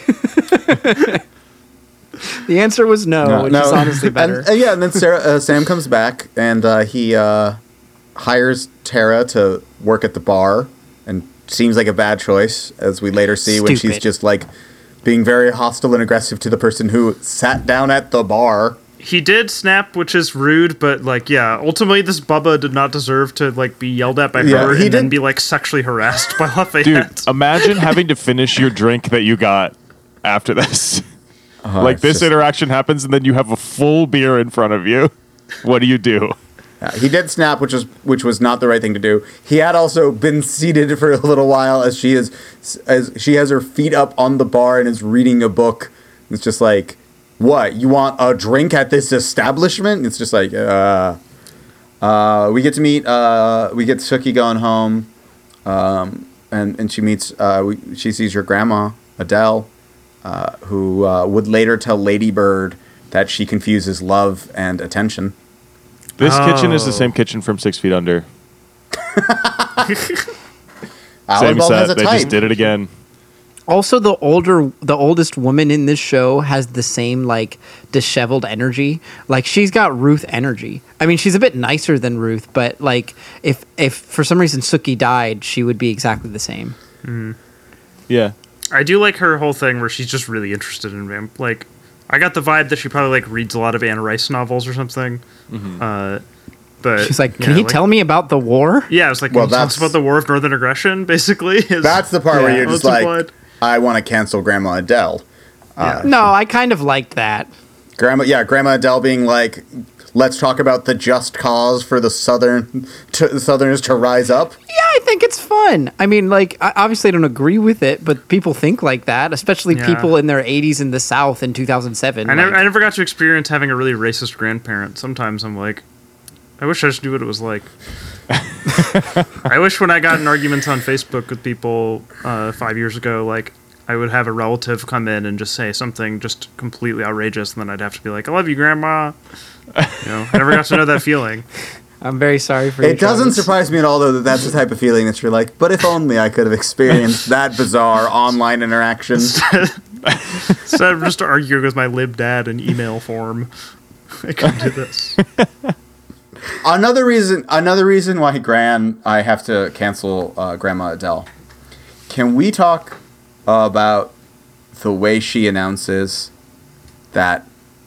B: the answer was no, which is honestly
A: And-
B: better.
A: and yeah, and then Sarah, uh, Sam comes back and uh, he uh, hires Tara to work at the bar, and seems like a bad choice, as we later see when she's
B: Stupid.
A: just like being very hostile and aggressive to the person who sat down at the bar.
C: He did snap, which is rude, but like, yeah. Ultimately, this Bubba did not deserve to like be yelled at by
A: Yeah,
C: her
A: he
C: and then
A: did-
C: be like sexually harassed by Lafayette.
E: Dude, um, imagine having to finish your drink that you got after this. like
A: Uh-huh, it's
E: this
A: just-
E: interaction happens, and then you have a full beer in front of you. What do you do?
A: Uh, he did snap, which was which was not the right thing to do. He had also been seated for a little while as she is as she has her feet up on the bar and is reading a book. It's just like, what you want a drink at this establishment? It's just like, uh, uh, we get to meet. Uh, we get Suki going home, um, and and she meets. Uh, we, she sees her grandma Adele, uh, who uh, would later tell Ladybird that she confuses love and attention.
E: This kitchen is the
C: Oh.
E: same kitchen from Six Feet Under. Same
A: Allenbaum has a
E: set. They
A: type.
E: just did it again.
B: Also, the older, the oldest woman in this show has the same like disheveled energy. Like she's got Ruth energy. I mean, she's a bit nicer than Ruth, but like if if for some reason Suki died, she would be exactly the same.
E: Yeah.
C: I do like her whole thing where she's just really interested in vamp. Like, I got the vibe that she probably like reads a lot of Anne Rice novels or something. Uh, but
B: Mm-hmm. She's like,
C: yeah,
B: "Can you tell me about the war?"
C: Yeah, it's like
A: Well,
C: well,
A: that's-
C: that's about the War of Northern Aggression. Basically, is-
A: That's the part where
B: Yeah.
A: you're just
C: Let's
A: like,
C: applaud.
A: I want to cancel Grandma Adele. Uh,
B: No, I kind of liked that.
A: Grandma, yeah, Grandma Adele being like, "Let's talk about the just cause for the southern to, Southerners to rise up."
B: Yeah, I think it's fun. I mean, like, I obviously don't agree with it, but people think like that, especially
C: Yeah.
B: people in their 80s in the South in 2007.
C: I never,
B: like-
C: I never got to experience having a really racist grandparent. Sometimes I'm like, I wish I just knew what it was like. I wish when I got in arguments on Facebook with people uh, five years ago, like I would have a relative come in and just say something just completely outrageous, and then I'd have to be like, "I love you, grandma." You know, I never got to know that feeling.
B: I'm very sorry for you,
A: It doesn't
B: Travis.
A: surprise me at all, though, that that's the type of feeling that you're like, "But if only I could have experienced that bizarre online interaction."
C: So I'm just arguing with my lib dad in email form. I couldn't do this.
A: another reason, another reason why Gran, I have to cancel uh, Grandma Adele. Can we talk about the way she announces that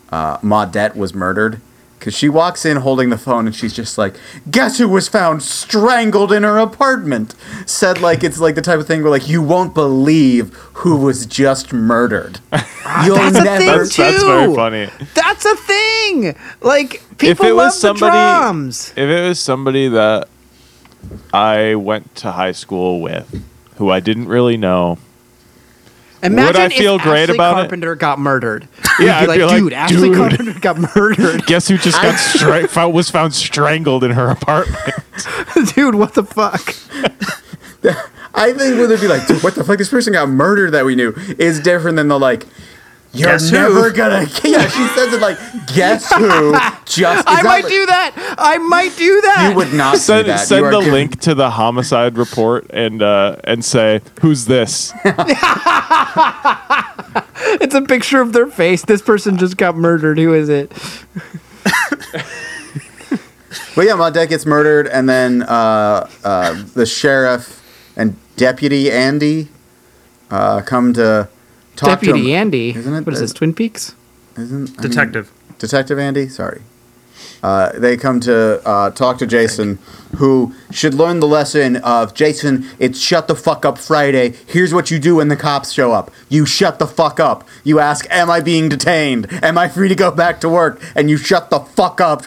A: uh, Maudette was murdered? Because she walks in holding the phone and she's just like, Guess who was found strangled in her apartment? Said like it's like the type of thing where like you won't believe who was just murdered. You'll
B: That's a thing,
A: never
E: That's, that's very
B: Two.
E: funny.
B: That's a thing. Like, people
E: it
B: love
E: was somebody-
B: the drums.
E: If it was somebody that I went to high school with, who I didn't really know,
B: Imagine
E: I feel
B: if
E: great
B: Ashley
E: about it?
B: Carpenter got murdered.
E: Yeah,
B: We'd be
E: I'd
B: like,
E: be like,
B: dude, Ashley
E: "Dude."
B: Carpenter got murdered.
E: guess who just got stra- found, was found strangled in her apartment?
B: dude, what the fuck?
A: I think what they'd be like, "Dude, what the fuck? This person got murdered that we knew is different than the like. You're
C: Guess who?"
A: never gonna. Yeah, she says it like, guess who? Just
B: I might
A: exactly.
B: do that. I might do that.
A: You would not do
E: Send,
A: that. You
E: send
A: are
E: the
A: giving-
E: link to the homicide report and uh, and say who's this?
B: It's a picture of their face. This person just got murdered. Who is it?
A: But yeah, Maudette gets murdered, and then uh, uh, the sheriff and deputy Andy uh, come to talk to
B: Deputy
A: him.
B: Andy.
A: Isn't it-
B: What is this? Twin Peaks?
A: Isn't, I mean-
C: Detective.
A: Detective Andy, sorry. Uh, they come to uh, talk to Jason, who should learn the lesson of Jason, it's shut the fuck up Friday. Here's what you do when the cops show up you shut the fuck up. You ask, Am I being detained? Am I free to go back to work? And you shut the fuck up.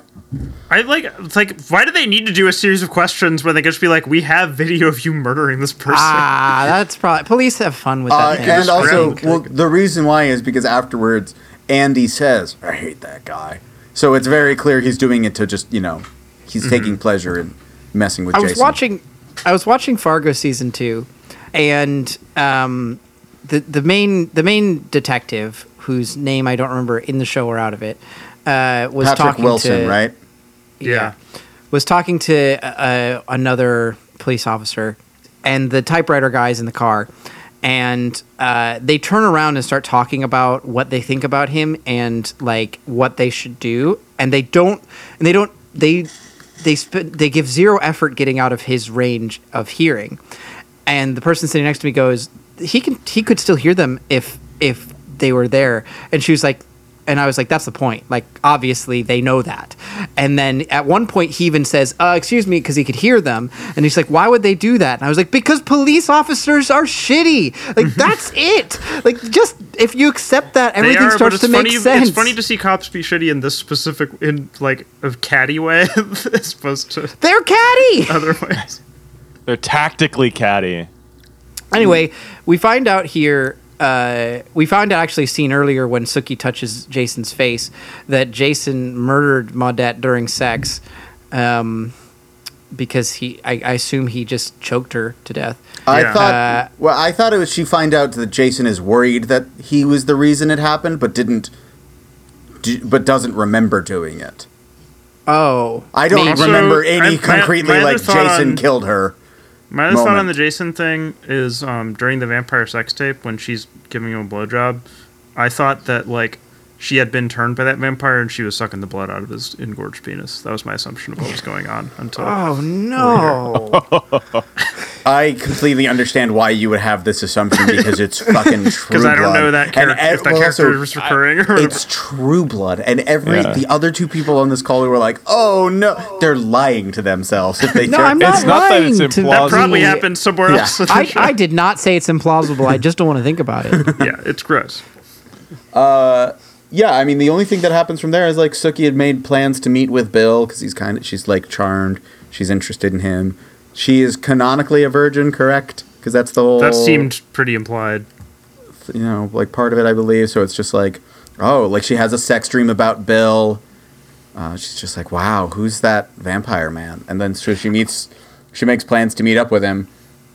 C: I like it's like why do they need to do a series of questions when they could just be like, we have video of you murdering this person?
B: Ah, that's probably. Police have fun with
A: Uh,
B: that. thing.
A: and also,
C: Frank.
A: well, the reason why is because afterwards, Andy says, I hate that guy. So it's very clear he's doing it to just, you know, he's taking pleasure in messing with
B: I
A: Jason.
B: was watching, I was watching Fargo season two, and um, the the main the main detective whose name I don't remember in the show or out of it uh, was
A: Patrick
B: talking
A: Wilson,
B: to
A: right?
C: Yeah.
B: was talking to uh, another police officer and the typewriter guys in the car and uh, they turn around and start talking about what they think about him and like what they should do and they don't and they don't they they sp- they give zero effort getting out of his range of hearing and the person sitting next to me goes he can he could still hear them if if they were there and she was like and I was like, that's the point. Like, obviously, they know that. And then at one point, he even says, uh, Excuse me, because he could hear them. And he's like, Why would they do that? And I was like, Because police officers are shitty. Like, that's it. Like, just if you accept that,
C: Mhm. They
B: everything
C: are, but
B: starts
C: it's
B: to make
C: funny,
B: sense.
C: It's funny to see cops be shitty in this specific, in like a catty way, as opposed to
B: They're catty.
C: other ways.
E: They're tactically catty.
B: Anyway, we find out here. Uh, we found out actually a scene earlier when Suki touches Jason's face that Jason murdered Maudette during sex, um, because he. I, I assume he just choked her to death.
A: I
C: Yeah.
A: thought
B: Uh,
A: well, I thought it was she find out that Jason is worried that he was the reason it happened, but didn't, do, but doesn't remember doing it.
B: Oh,
A: I don't
B: Maybe.
A: remember
C: Also,
A: any
C: I- my-
A: concretely
C: my other
A: like
C: thought
A: Jason
C: on-
A: killed her.
C: My other thought
A: moment.
C: on the Jason thing is um, during the vampire sex tape when she's giving him a blowjob, I thought that like she had been turned by that vampire and she was sucking the blood out of his engorged penis. That was my assumption of what was going on until
A: Ah,
B: Oh no!
E: Oh,
A: I completely understand why you would have this assumption because it's fucking true.
C: because I don't
A: blood.
C: know that
A: And
C: character
A: ev-
C: if that
A: well, also,
C: character is recurring or whatever.
A: It's true blood, and every
E: Yeah.
A: the other two people on this call who were like, "Oh no," they're lying to themselves if they.
B: No,
A: don't-
B: I'm not
E: It's not that
B: lying.
E: it's
B: to-
E: implausible.
C: that probably happened somewhere
A: Yeah.
C: else. in the
B: I,
C: show.
B: I did not say it's implausible. I just don't want to think about it.
C: yeah, it's gross.
A: Yeah, I mean, the only thing that happens from there is like Suki had made plans to meet with Bill because he's kind of she's like charmed, she's interested in him. She is canonically a virgin, correct? Because that's the whole
C: That seemed pretty implied.
A: you know, like part of it, I believe. So it's just like, oh, like she has a sex dream about Bill. Uh, she's just like, wow, who's that vampire man? And then so she meets, she makes plans to meet up with him.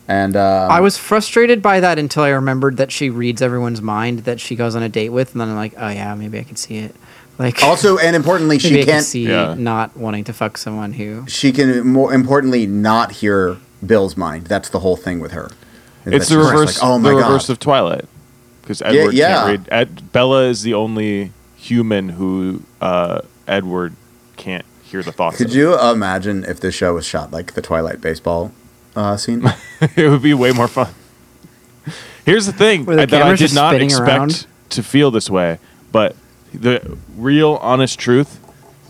A: And um,
B: I was frustrated by that until I remembered that she reads everyone's mind that she goes on a date with, and then I'm like, oh yeah, maybe I could see it. Like
A: also, and importantly,
B: maybe
A: she
B: I can
A: can't.
B: see
E: Yeah.
B: not wanting to fuck someone who.
A: She can more importantly not hear Bill's mind. That's the whole thing with her. Is
E: It's
A: that
E: the
A: she's just
E: reverse.
A: like, oh my
E: the
A: god.
E: reverse of Twilight, because Edward
A: yeah.
E: can't read. Ed, Bella is the only human who uh, Edward can't hear the thoughts.
A: Could
E: of.
A: you imagine if this show was shot like the Twilight baseball uh, scene?
E: it would be way more fun. Here's the thing
B: Were the
E: I- that I
B: cameras
E: did
B: just
E: not
B: spinning
E: expect
B: around?
E: to feel this way, but the real honest truth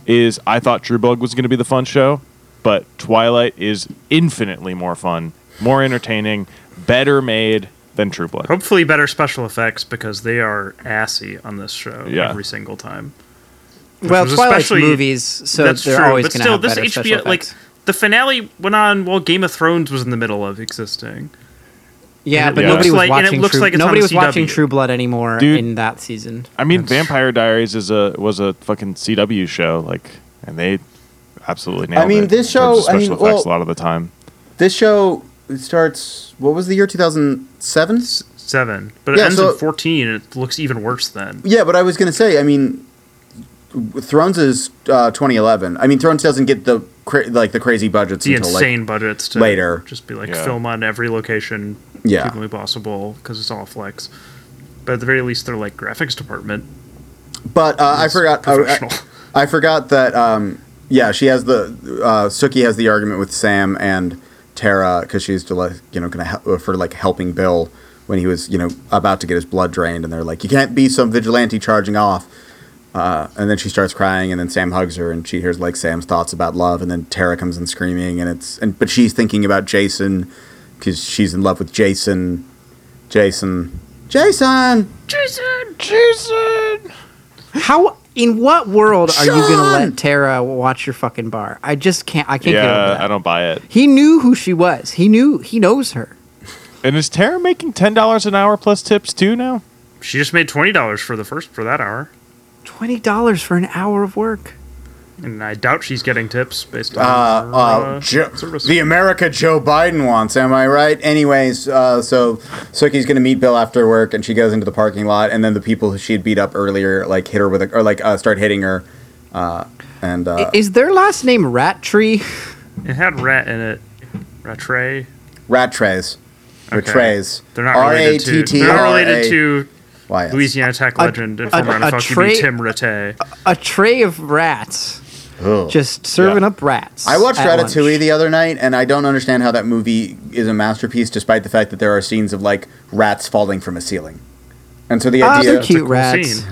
E: is I thought True Blood was going to be the fun show, but Twilight is infinitely more fun, more entertaining, better made than True Blood.
C: Hopefully, better special effects because they are assy on this show
E: Yeah.
C: every single time.
B: Well,
C: was
B: Twilight's
C: especially-
B: movies, so they're always going to have better special
C: like
B: effects.
C: the finale went on while Game of Thrones was in the middle of existing.
B: yeah,
C: and it
B: but
E: looks
B: nobody was
C: like- and it
B: watching.
C: looks
B: True,
C: like it's on
B: nobody
C: the
B: was watching
C: CW.
B: True Blood anymore
E: Dude.
B: in that season.
E: I mean, Vampire Diaries is a was a fucking CW show, like, and they absolutely nailed it.
A: mean, this
E: in terms of
A: show- I mean,
E: special effects
A: well-
E: a lot of the time.
A: this show starts. What was the year? Two thousand seven.
C: Seven, but it
A: Yeah,
C: ends
A: so-
C: in fourteen, and it looks even worse then.
A: Yeah, but I was gonna say. I mean, Thrones is uh, 2011. I mean, Thrones doesn't get the cra- like the crazy budgets
C: The
A: until
C: insane
A: like
C: budgets to
A: later.
C: just be like
E: Yeah.
C: film on every location,
A: Yeah.
C: humanly possible, because it's all flex. But at the very least, they're like graphics department.
A: But uh, I
C: is
A: forgot. I,
C: professional.
A: I- I forgot that. Um, yeah, she has the uh, Suki has the argument with Sam and Tara because she's to like you know gonna help for like helping Bill when he was you know about to get his blood drained, and they're like, you can't be some vigilante charging off. Uh, and then she starts crying, and then Sam hugs her, and she hears like Sam's thoughts about love, and then Tara comes in screaming, and it's and but she's thinking about Jason because she's in love with Jason, Jason, Jason.
B: How in what world are you going to
A: Sean!
B: let Tara watch your fucking bar? I just can't. I can't get over
E: Yeah,
B: that.
E: I don't buy it.
B: He knew who she was. He knew. He knows her.
E: And is Tara making ten dollars an hour plus tips too now?
C: She just made twenty dollars for the first for that hour,
B: Twenty dollars for an hour of work.
C: and I doubt she's getting tips based on
A: uh,
C: her,
A: uh,
C: uh,
A: Jo-
C: service.
A: the America Joe Biden wants. Am I right? Anyways, uh, so Suki's gonna meet Bill after work, and she goes into the parking lot, and then the people who she had beat up earlier like hit her with a or like uh, start hitting her, uh, and uh,
B: Is their last name Rat Tree?
C: It had rat in it. Rattray.
A: rat trays, or
C: Okay.
A: trays.
C: They're not related to. They're not related to
A: Y S.
C: Louisiana Tech legend and
B: a-
C: former
B: a
C: NFL
B: tray-
C: QB Tim Rattay.
B: A tray of rats,
A: Ugh.
B: just serving
E: Yeah.
B: up rats.
A: I watched
B: at
A: Ratatouille
B: lunch.
A: the other night, and I don't understand how that movie is a masterpiece, despite the fact that there are scenes of like rats falling from a ceiling. And so the
B: Ah,
A: idea
B: they're cute rats.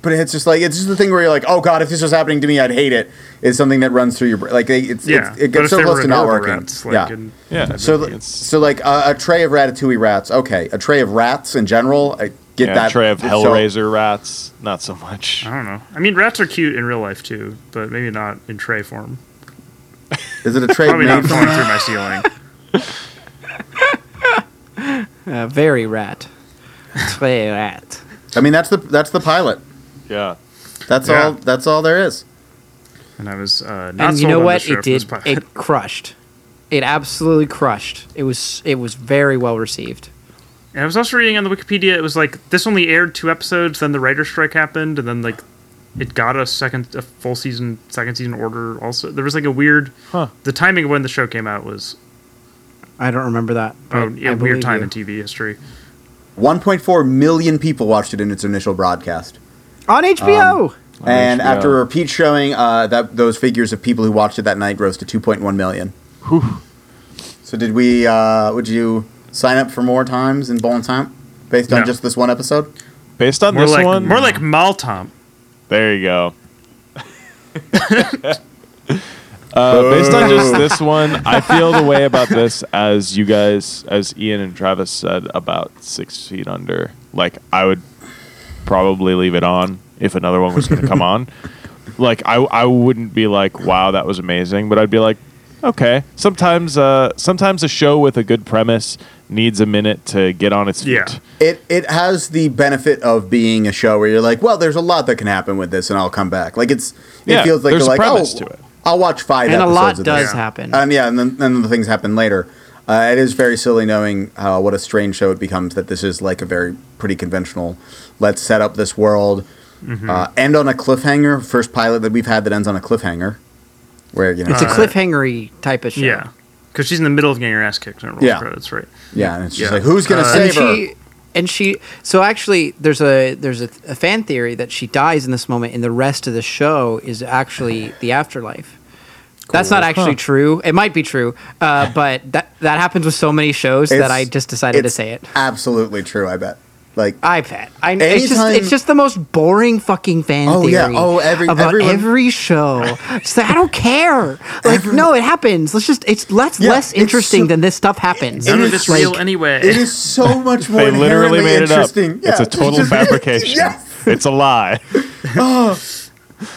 A: But it's just like it's just the thing where you're like, oh god, if this was happening to me, I'd hate it. Is something that runs through your brain. Like they- it's,
C: Yeah,
A: it's it
C: but
A: gets
C: if
A: so
C: they
A: close
C: were
A: to not
C: adorable
A: working.
C: Rats, like,
A: yeah.
C: in-
E: Yeah.
A: so
E: th-
A: like, so like uh, a tray of ratatouille rats. Okay, a tray of rats in general. I get
E: yeah,
A: that.
E: tray of
A: So-
E: Hellraiser rats, not so much.
C: I don't know. I mean, rats are cute in real life too, but maybe not in tray form.
A: is it a tray
C: Probably not
A: made
C: falling
A: from?
C: through my ceiling.
B: Uh, very rat. Tray rat.
A: I mean, that's the that's the pilot.
E: Yeah.
A: That's
C: Yeah.
A: all. That's all there is.
C: And I was uh, not
B: And you
C: sold
B: know
C: on
B: what?
C: the show
B: It
C: for this
B: did.
C: pod-
B: It crushed. It absolutely crushed. It was. It was very well received.
C: And I was also reading on the Wikipedia. It was like this only aired two episodes. Then the writer's strike happened, and then like it got a second, a full season, second season order. Also, there was like a weird.
E: Huh.
C: The timing of when the show came out was
B: I don't remember that. but
C: Oh, yeah,
B: I
C: weird
B: believe
C: time
B: you.
C: in TV history.
A: 1.4 million people watched it in its initial broadcast.
B: on
C: Um,
B: HBO.
E: On
A: And
E: HBO.
A: after a repeat showing, uh, that those figures of people who watched it that night rose to 2.1 million. So did we? Uh, would you sign up for more times in Bowling Time based on
C: No.
A: just this one episode?
E: Based on
C: More
E: this
C: like
E: one,
C: more like Maltom.
E: There you go. uh, based on just this one, I feel the way about this as you guys, as Ian and Travis said about Six Feet Under. Like, I would probably leave it on if another one was going to come on. Like, I, I wouldn't be like, wow, that was amazing, but I'd be like, okay. Sometimes, uh, sometimes a show with a good premise needs a minute to get on its feet.
C: Yeah.
A: It it has the benefit of being a show where you're like, well, there's a lot that can happen with this, and I'll come back. Like it's it
E: Yeah,
A: feels like
E: there's
A: you're like,
E: a premise
A: oh,
E: to it.
A: I'll watch five
B: and a
A: episodes
B: lot
A: of
B: does
A: this.
B: happen.
A: And yeah, and then, then the things happen later. Uh, it is very silly knowing uh, what a strange show it becomes that this is like a very pretty conventional, let's set up this world,
E: Mm-hmm.
A: uh, end on a cliffhanger. First pilot that we've had that ends on a cliffhanger, where you know,
B: it's a
C: Uh,
B: cliffhangery type of show.
C: Yeah, because she's in the middle of getting her ass kicked and it rolls
A: Yeah.
C: credits, right?
A: yeah, and it's just
C: yeah.
A: like who's gonna
C: Uh,
B: and
A: save her?
B: she and she so actually there's a there's a, a fan theory that she dies in this moment and the rest of the show is actually the afterlife that's not actually true it might be true uh, but that that happens with so many shows that
A: It's-
B: i just decided to
A: it's
B: say it
A: Absolutely true. I bet. Like
B: I bet. I it's just
A: Anytime-
B: it's just the most boring fucking fan
A: Oh,
B: theory.
A: yeah. Oh, every-
B: about
A: everyone-
B: every show. It's like I don't care. Like no, it happens. Let's just it's less
A: Yeah,
B: less
A: it's
B: interesting
A: so-
B: than this stuff happens.
C: None
A: is
C: of it's
A: like-
C: real anyway.
A: It is so much more
E: They literally
A: Oh, inherently
E: made it up.
A: interesting. Yeah,
E: it's a total
A: just-
E: fabrication.
A: Yes.
E: It's a lie.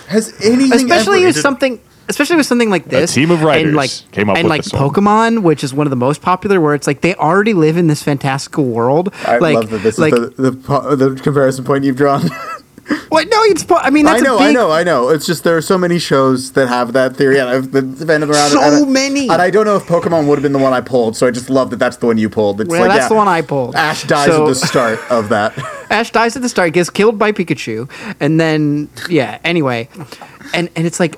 A: Has anything
B: especially
A: ever,
B: with something especially with something like this
E: team of writers
B: and like
E: came up
B: and
E: with
B: like
E: this one.
B: pokemon which is one of the most popular where it's like they already live in this fantastical world
A: I
B: like
A: love that this
B: like
A: is the, the po- the comparison point you've drawn.
B: what no it's po- i mean that's
A: I know,
B: a big,
A: I know, I know. It's just there are so many shows that have that theory, and I've been been around.
B: So
A: and I-
B: many.
A: and I don't know if Pokemon would have been the one I pulled. So I just love that that's the one you pulled. It's
B: well,
A: like, Ah.
B: that's
A: yeah,
B: the one I pulled.
A: Ash dies
B: So-
A: at the start of that.
B: Ash dies at the start, gets killed by Pikachu, and then yeah. Anyway, and and it's like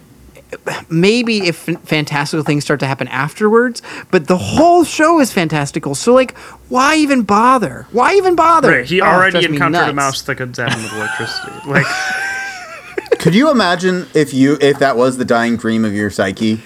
B: maybe if fantastical things start to happen afterwards, but the whole show is fantastical. So like, why even bother? Why even bother?
C: Right, he
B: Oh, it
C: already
B: drives me
C: encountered a
B: nuts.
C: mouse that could zap him with electricity. Like,
A: Could you imagine if you if that was the dying dream of your psyche,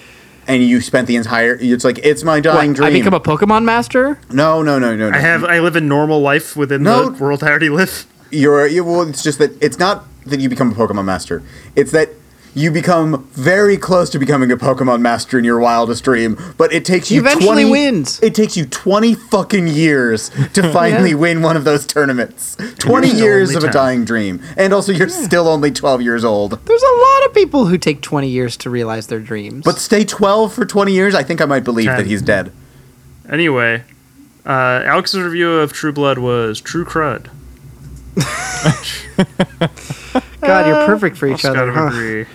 A: and you spent the entire? It's like it's my
B: What,
A: dying dream.
B: I become a Pokemon master.
A: no, no, no, no, no.
C: I have, I live a normal life within
A: No.
C: the world I already live.
A: you're you, well it's just that it's not that you become a pokemon master it's that you become very close to becoming a pokemon master in your wildest dream but it takes
B: He
A: you
B: eventually
A: 20
B: wins.
A: it takes you 20 fucking years to finally win one of those tournaments 20
C: still
A: years
C: only
A: of a
C: 10.
A: dying dream and also you're still only 12 years old
B: There's a lot of people who take 20 years to realize their dreams.
A: but stay 12 for 20 years i think i might believe that
C: 10.
A: he's dead
C: Anyway, uh, Alex's review of True Blood was True Crud.
B: God, you're perfect for each
C: Also
B: other.
C: gotta
B: huh?
C: agree.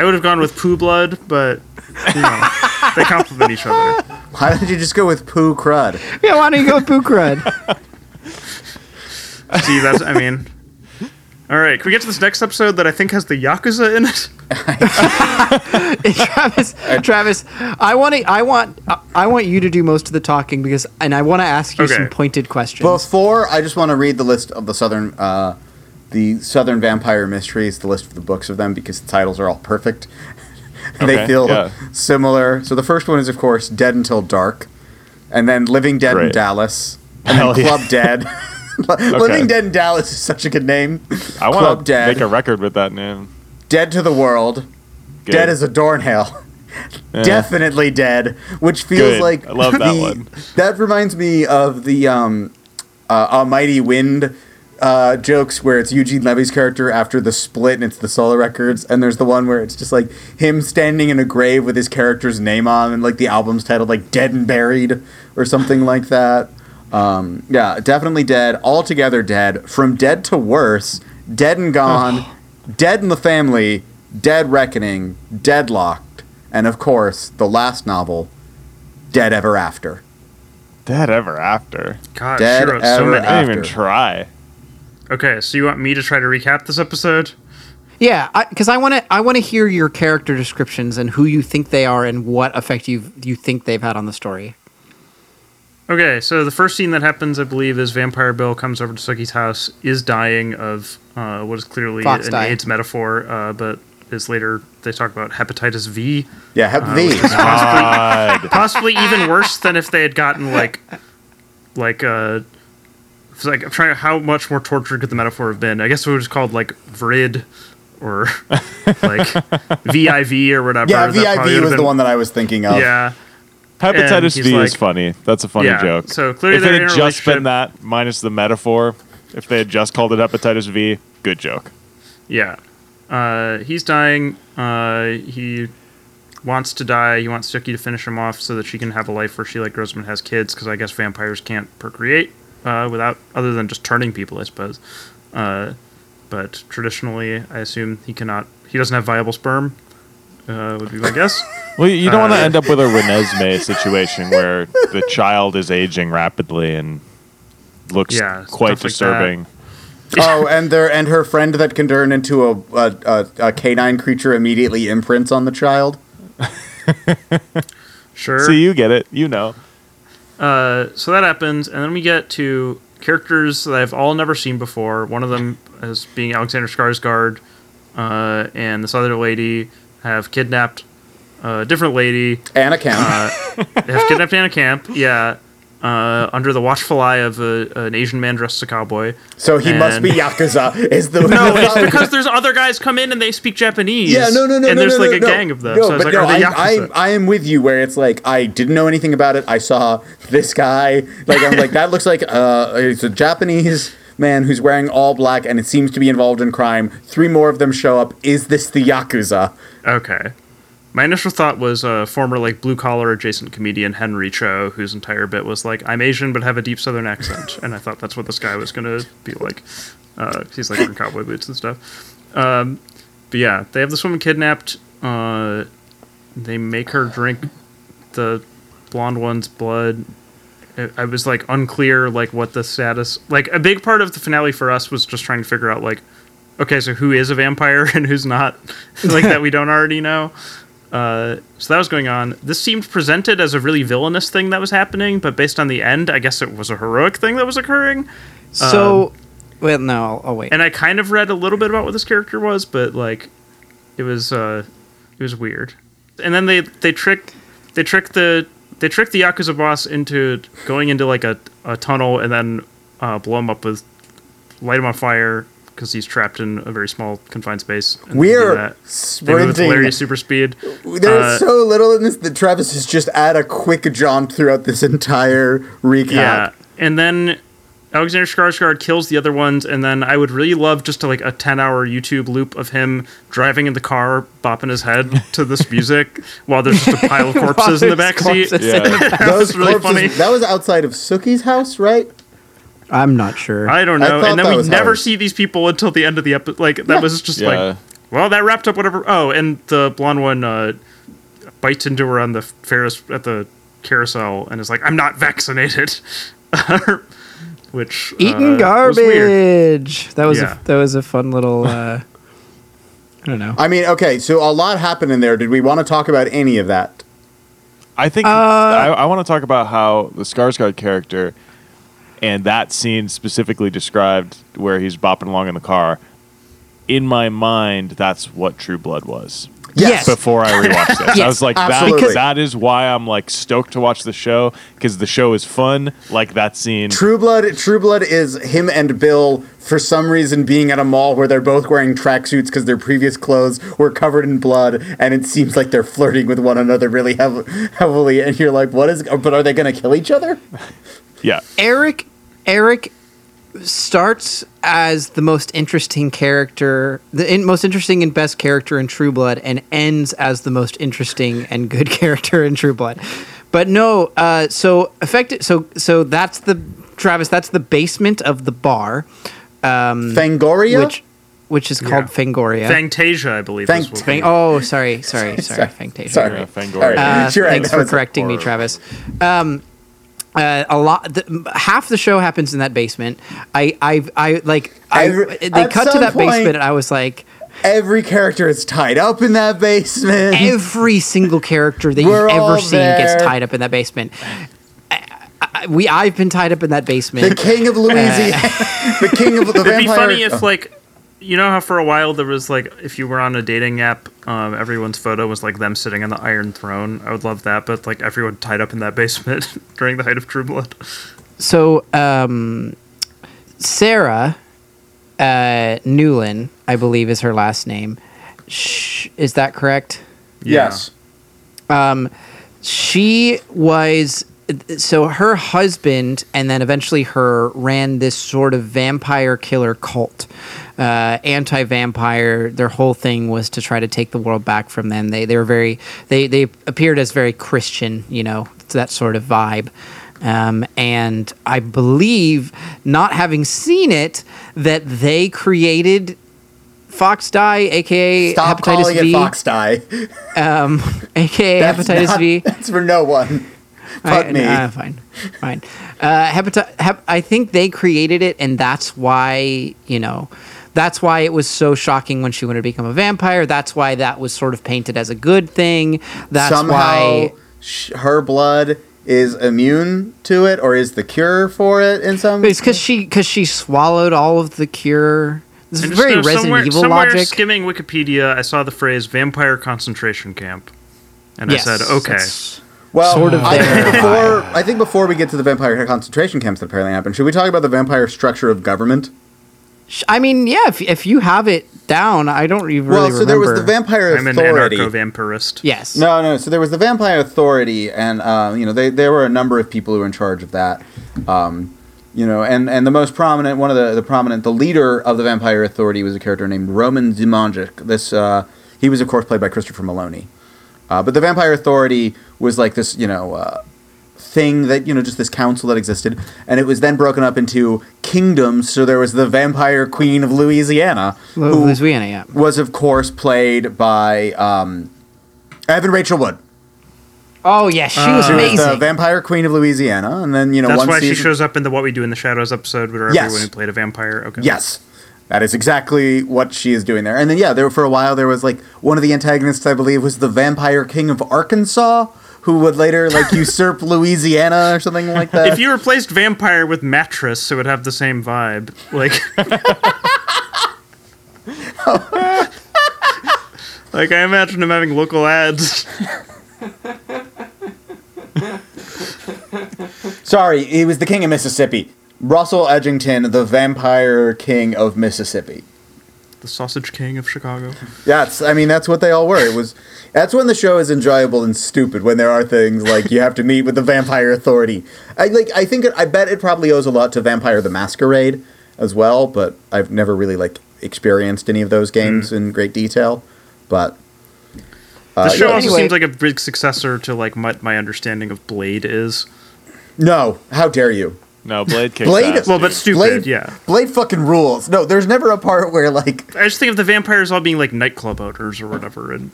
C: I would have gone with Poo Blood, but you know, they complement each other.
A: why don't you just go with poo crud
B: Yeah, why don't you go with Bukrud?
C: See, that's I mean. All right, can we get to this next episode that I think has the Yakuza in it?
B: Travis, Travis, I want to, I want, I- I want you to do most of the talking because, and I want to ask you
C: Okay.
B: some pointed questions.
A: Before I just want to read the list of the southern, uh, the southern vampire mysteries, the list of the books of them because the titles are all perfect. they
E: Okay,
A: feel
E: yeah.
A: similar. So the first one is of course Dead Until Dark, and then Living Dead in
E: Great.
A: Dallas, and
E: Hell
A: then
E: yeah.
A: Club Dead. Living Dead in Dallas is such a good name.
E: I
A: Club
E: want to
A: Dead.
E: make a record with that name.
A: Dead to the World.
E: Good.
A: Dead as a doornail.
E: Yeah.
A: Definitely dead, which feels
E: Good.
A: like
E: I love that
A: the-
E: one.
A: That reminds me of the um, uh, Almighty Wind uh, jokes, where it's Eugene Levy's character after the split, and it's the solo records, and there's the one where it's just like him standing in a grave with his character's name on, and like the album's titled like "Dead and Buried" or something like that. Um, yeah, definitely dead, altogether dead, from dead to worse, dead and gone, dead in the family, dead reckoning, deadlocked, and of course, the last novel, Dead Ever After.
E: Dead ever after.
C: God,
A: Dead
C: she wrote so
A: ever
C: many.
E: I didn't even
A: After.
E: try.
C: Okay, so you want me to try to recap this episode?
B: Yeah, because I want to. I want to hear your character descriptions and who you think they are and what effect you you think they've had on the story.
C: Okay, so the first scene that happens, I believe, is Vampire Bill comes over to Suki's house, is dying of uh, what is clearly
B: Fox
C: an
B: dye.
C: AIDS metaphor, uh, but is later they talk about hepatitis V,
A: Yeah, Hep
C: Uh,
A: V.
E: God.
C: possibly even worse than if they had gotten like, like uh, it's like I'm trying how much more torture could the metaphor have been? I guess it was called like Vrid, or like VIV or whatever.
A: yeah,
C: That probably
A: VIV
C: would
A: was
C: have
A: the
C: been-
A: one that I was thinking of.
C: Yeah. And
E: Hepatitis
C: he's
E: V is
C: like-
E: funny. That's a funny
C: Yeah,
E: joke.
C: so clearly
E: if it
C: they're
E: had
C: in a
E: just been
C: relationship.
E: that minus the metaphor, if they had just called it hepatitis V, good joke.
C: Yeah. Uh, he's dying. Uh, he wants to die. He wants Suki to finish him off so that she can have a life where she like grows up and has kids. Because I guess vampires can't procreate uh, without other than just turning people, I suppose. Uh, but traditionally, I assume he cannot. He doesn't have viable sperm. Uh, would be my guess.
E: Well, you don't want
C: Uh,
E: to end up with a Renesmee situation where the child is aging rapidly and looks
C: Yeah,
E: quite
C: stuff like
E: disturbing.
A: Oh, and their and her friend that can turn into a a, a a canine creature immediately imprints on the child.
C: Sure.
E: So you get it. You know.
C: Uh, so that happens, and then we get to characters that I've all never seen before. One of them as being Alexander Skarsgård, uh, and this other lady have kidnapped a different lady.
A: Anna Kemp.
C: Uh, They have kidnapped Anna Camp, yeah, uh, under the watchful eye of a, an Asian man dressed as a cowboy.
A: so he must be
C: and-
A: yakuza. Is the
C: No, it's because there's other guys come in and they speak Japanese.
A: Yeah, no, no, no,
C: And
A: no,
C: there's
A: no,
C: like
A: no,
C: a
A: no.
C: gang of them.
A: No,
C: so I was
A: but
C: like,
A: no,
C: are they
A: I,
C: yakuza?
A: I, I am with you where it's like I didn't know anything about it. I saw this guy. Like I'm like that looks like uh, it's a Japanese man who's wearing all black and it seems to be involved in crime. Three more of them show up. Is this the yakuza?
C: Okay. My initial thought was a uh, former like blue collar adjacent comedian Henry Cho, whose entire bit was like, "I'm Asian but have a deep Southern accent," and I thought that's what this guy was gonna be like. Uh, he's like in cowboy boots and stuff. Um, but yeah, they have this woman kidnapped. Uh, they make her drink the blonde one's blood. I- I was like unclear like what the status like a big part of the finale for us was just trying to figure out like okay so who is a vampire and who's not like that we don't already know uh, so that was going on this seemed presented as a really villainous thing that was happening but based on the end i guess it was a heroic thing that was occurring
B: So, well, no, I'll, I'll wait.
C: Um, and i kind of read a little bit about what this character was but like it was uh it was weird and then they they trick they trick the they trick the yakuza boss into going into like a, a tunnel and then uh, blow him up with light him on fire because he's trapped in a very small confined space and they do
A: We're
C: that. they move with
A: sprinting.
C: hilarious super speed
A: There's
C: Uh,
A: so little in this that Travis is just at a quick jaunt throughout this entire recap.
C: Yeah, and then Alexander Skarsgård kills the other ones, and then I would really love just to like a ten-hour YouTube loop of him driving in the car, bopping his head to this music while there's just a pile of corpses in the
B: While there's
C: backseat.
B: corpses
E: Yeah.
B: in the back.
C: That was really funny.
A: That was outside of Suki's house, right?
B: I'm not sure.
C: I don't
A: I
C: know,
A: thought
C: and then
A: that
C: we
A: was
C: never
A: ours.
C: see these people until the end of the episode. Like that was just
E: Yeah.
C: like, well, that wrapped up whatever. Oh, and the blonde one uh, bites into her on the Ferris at the carousel and is like, "I'm not vaccinated," which
B: Eating
C: uh, was weird.
B: garbage. That was
C: Yeah.
B: a, that was a fun little. Uh, I don't know.
A: I mean, okay, so a lot happened in there. Did we want to talk about any of that?
E: I
A: Uh,
E: think I, I want to talk about how the Skarsgård character and that scene specifically described where he's bopping along in the car. In my mind, that's what True Blood was.
B: Yes.
E: Before I rewatched this, I
B: Yes,
E: was like, that,
A: absolutely.
E: that is why I'm like stoked to watch the show because the show is fun. Like that scene.
A: True Blood. True Blood is him and Bill for some reason being at a mall where they're both wearing tracksuits because their previous clothes were covered in blood, and it seems like they're flirting with one another really heav- heavily. And you're like, what is? But are they going to kill each other?
E: Yeah.
B: Eric Eric starts as the most interesting character, the in, most interesting and best character in True Blood, and ends as the most interesting and good character in True Blood. But no, uh, so affected. So so that's the Travis. That's the basement of the bar,
A: Fangoria.
B: which which is called
C: Yeah.
B: Fangoria.
C: Fantasia, I believe.
A: Fang-
C: is what
B: Fang- oh, sorry, sorry, sorry, Fantasia.
A: Sorry.
E: Yeah, Fangoria.
A: All right.
B: Uh,
A: You're right,
B: thanks
A: that
B: for
A: was-
B: correcting me,
E: horror.
B: Travis. Um, uh, a lot, th- m- half the show happens in that basement. I, I, I like, I,
A: I re-
B: they
A: at
B: cut to
A: some
B: that
A: point-
B: basement, and I was like,
A: Every character is tied up in that basement.
B: Every single character that
A: We're
B: you've
A: all
B: ever seen
A: there.
B: gets tied up in that basement. I- I- we I've been tied up in that
A: the
B: basement.
A: king of Louisiana. the king of the
C: It'd be
A: vampire.
C: funny if,
A: oh.
C: like, you know how for a while there was like, if you were on a dating app, um, everyone's photo was like them sitting on the Iron Throne. I would love that, but like everyone tied up in that basement during the height of True Blood.
B: So um, Sarah uh, Newlin, I believe, is her last name. Sh- is that correct?
A: yes.
B: Um, she was so her husband and then eventually her ran this sort of vampire killer cult uh, anti-vampire their whole thing was to try to take the world back from them they, they were very they, they appeared as very christian you know that sort of vibe um, and i believe not having seen it that they created fox dye aka
A: Stop
B: hepatitis
A: calling
B: v
A: it Fox Die.
B: aka hepatitis
A: not,
B: v
A: That's for no one. But
B: I,
A: me.
B: nah, fine, fine. Uh, hepati- hep- I think they created it, and that's why you know, that's why it was so shocking when she wanted to become a vampire. That's why that was sort of painted as a good thing. That's
A: Somehow,
B: why
A: sh- her blood is immune to it, or is the cure for it in some.
B: it's because she because she swallowed all of the cure. This is
C: And just
B: very
C: know
B: Resident
C: somewhere,
B: Evil
C: somewhere
B: logic.
C: skimming Wikipedia, I saw the phrase "vampire concentration camp," and
B: Yes,
C: I said, "Okay."
B: that's-
A: Well,
B: Sort of
A: I
B: there.
A: think before I think before we get to the vampire concentration camps that apparently happened, should we talk about the vampire structure of government?
B: sh- I mean, yeah. If, if you have it down, I don't even really
A: well, so there was the
B: remember.
A: vampire
C: I'm an
A: authority.
C: anarcho-vampirist.
B: Yes.
A: No, no. So there was the Vampire Authority, and uh, you know they, there were a number of people who were in charge of that. Um, you know, and, and the most prominent, one of the, the prominent, the leader of the Vampire Authority was a character named Roman Zimonjic. This uh, he was of course played by Christopher Maloney. Uh, but the Vampire Authority was like this, you know, uh, thing that you know just this council that existed, and it was then broken up into kingdoms. So there was the Vampire Queen of Louisiana,
B: Lu-
A: who
B: Louisiana. Yeah.
A: was of course played by um, Evan Rachel Wood.
B: Oh yeah,
C: Uh,
B: she was
A: She was the
B: amazing.
A: vampire queen of Louisiana, and then you know
C: That's
A: one
C: why
A: season.
C: she shows up in the "What We Do in the Shadows" episode, where
A: Yes.
C: everyone who played a vampire. Okay.
A: yes, that is exactly what she is doing there. And then yeah, there for a while there was like one of the antagonists I believe was the vampire king of Arkansas, who would later like usurp Louisiana or something like that.
C: If you replaced vampire with mattress, it would have the same vibe. Like, like I imagine him having local ads.
A: Sorry, he was the king of Mississippi. Russell Edgington, the vampire king of Mississippi.
C: The Sausage King of Chicago.
A: That's I mean that's what they all were. It was that's when the show is enjoyable and stupid when there are things like you have to meet with the vampire authority. I like I think it, I bet it probably owes a lot to Vampire the Masquerade as well, but I've never really like experienced any of those games in great detail. But
C: Hmm.
A: Uh,
C: The show also
B: anyway.
C: seems like a big successor to like my, my understanding of Blade is.
A: no, how dare you?
E: No, Blade kicks
A: Blade-
E: ass,
C: Well,
E: dude.
C: but stupid.
A: Blade
C: Yeah.
A: Blade fucking rules. No, there's never a part where like
C: I just think of the vampires all being like nightclub owners or whatever, and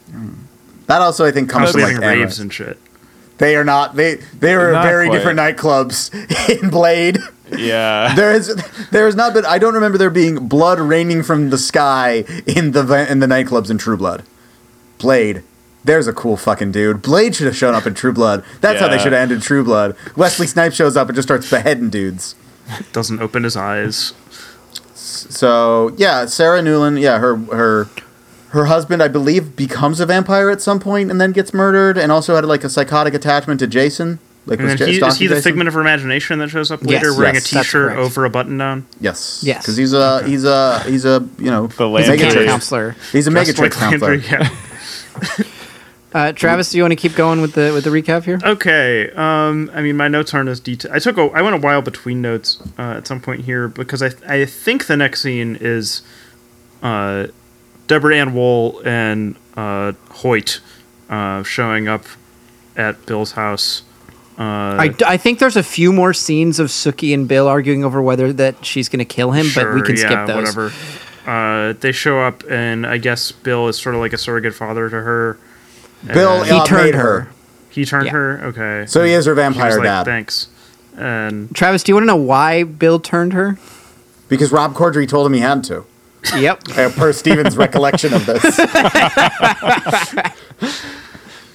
A: that also I think comes from
C: constantly
A: like
C: having
A: anime.
C: raves and shit.
A: They are not they they are
E: not
A: very
E: quite.
A: different nightclubs in Blade.
E: yeah.
A: There is, there has not been. I don't remember there being blood raining from the sky in the va- in the nightclubs in True Blood. Blade, there's a cool fucking dude. Blade should have shown up in True Blood. That's how they
E: Yeah.
A: should have ended True Blood. Wesley Snipes shows up and just starts beheading dudes.
C: Doesn't open his eyes.
A: So yeah, Sarah Newland. Yeah, her her her husband, I believe, becomes a vampire at some point and then gets murdered, and also had like a psychotic attachment to Jason. Like
C: And
A: was Ja-
C: then he, is
A: stalking
C: he the
A: Jason.
C: figment of her imagination that shows up later
B: Yes.
C: wearing
A: Yes,
C: a
B: that's
C: t-shirt
B: correct.
C: over a button down?
A: Yes.
B: Yes.
A: Because he's a he's a he's a you know
E: The
A: he's a
E: lamb
B: Camp
E: Megatrix.
B: counselor.
A: He's a
C: Just
A: Megatrix
C: like
A: counselor.
C: Landry, yeah.
B: Uh, Travis, do you want to keep going with the with the recap
C: Uh,
B: here?
C: Okay. Um, I mean, my notes aren't as detailed. I took a, I went a while between notes uh, at some point here because I, I think the next scene is, uh, Deborah Ann Wool and uh, Hoyt, uh, showing up at Bill's house. Uh,
B: I, I think there's a few more scenes of Suki and Bill arguing over whether that she's going to kill him, but we
C: Sure,
B: can
C: yeah,
B: skip those.
C: Whatever. Uh, they show up, and I guess Bill is sort of like a surrogate father to her.
A: Bill
B: He
A: uh,
B: turned
A: made
B: her.
A: her.
C: He turned
B: Yeah.
C: her. Okay.
A: So he is her
C: She was
A: vampire
C: like,
A: dad.
C: Thanks. And
B: Travis, do you want to know why Bill turned her?
A: Because Rob Corddry told him he had to.
B: Yep.
A: uh, per Steven's recollection of this.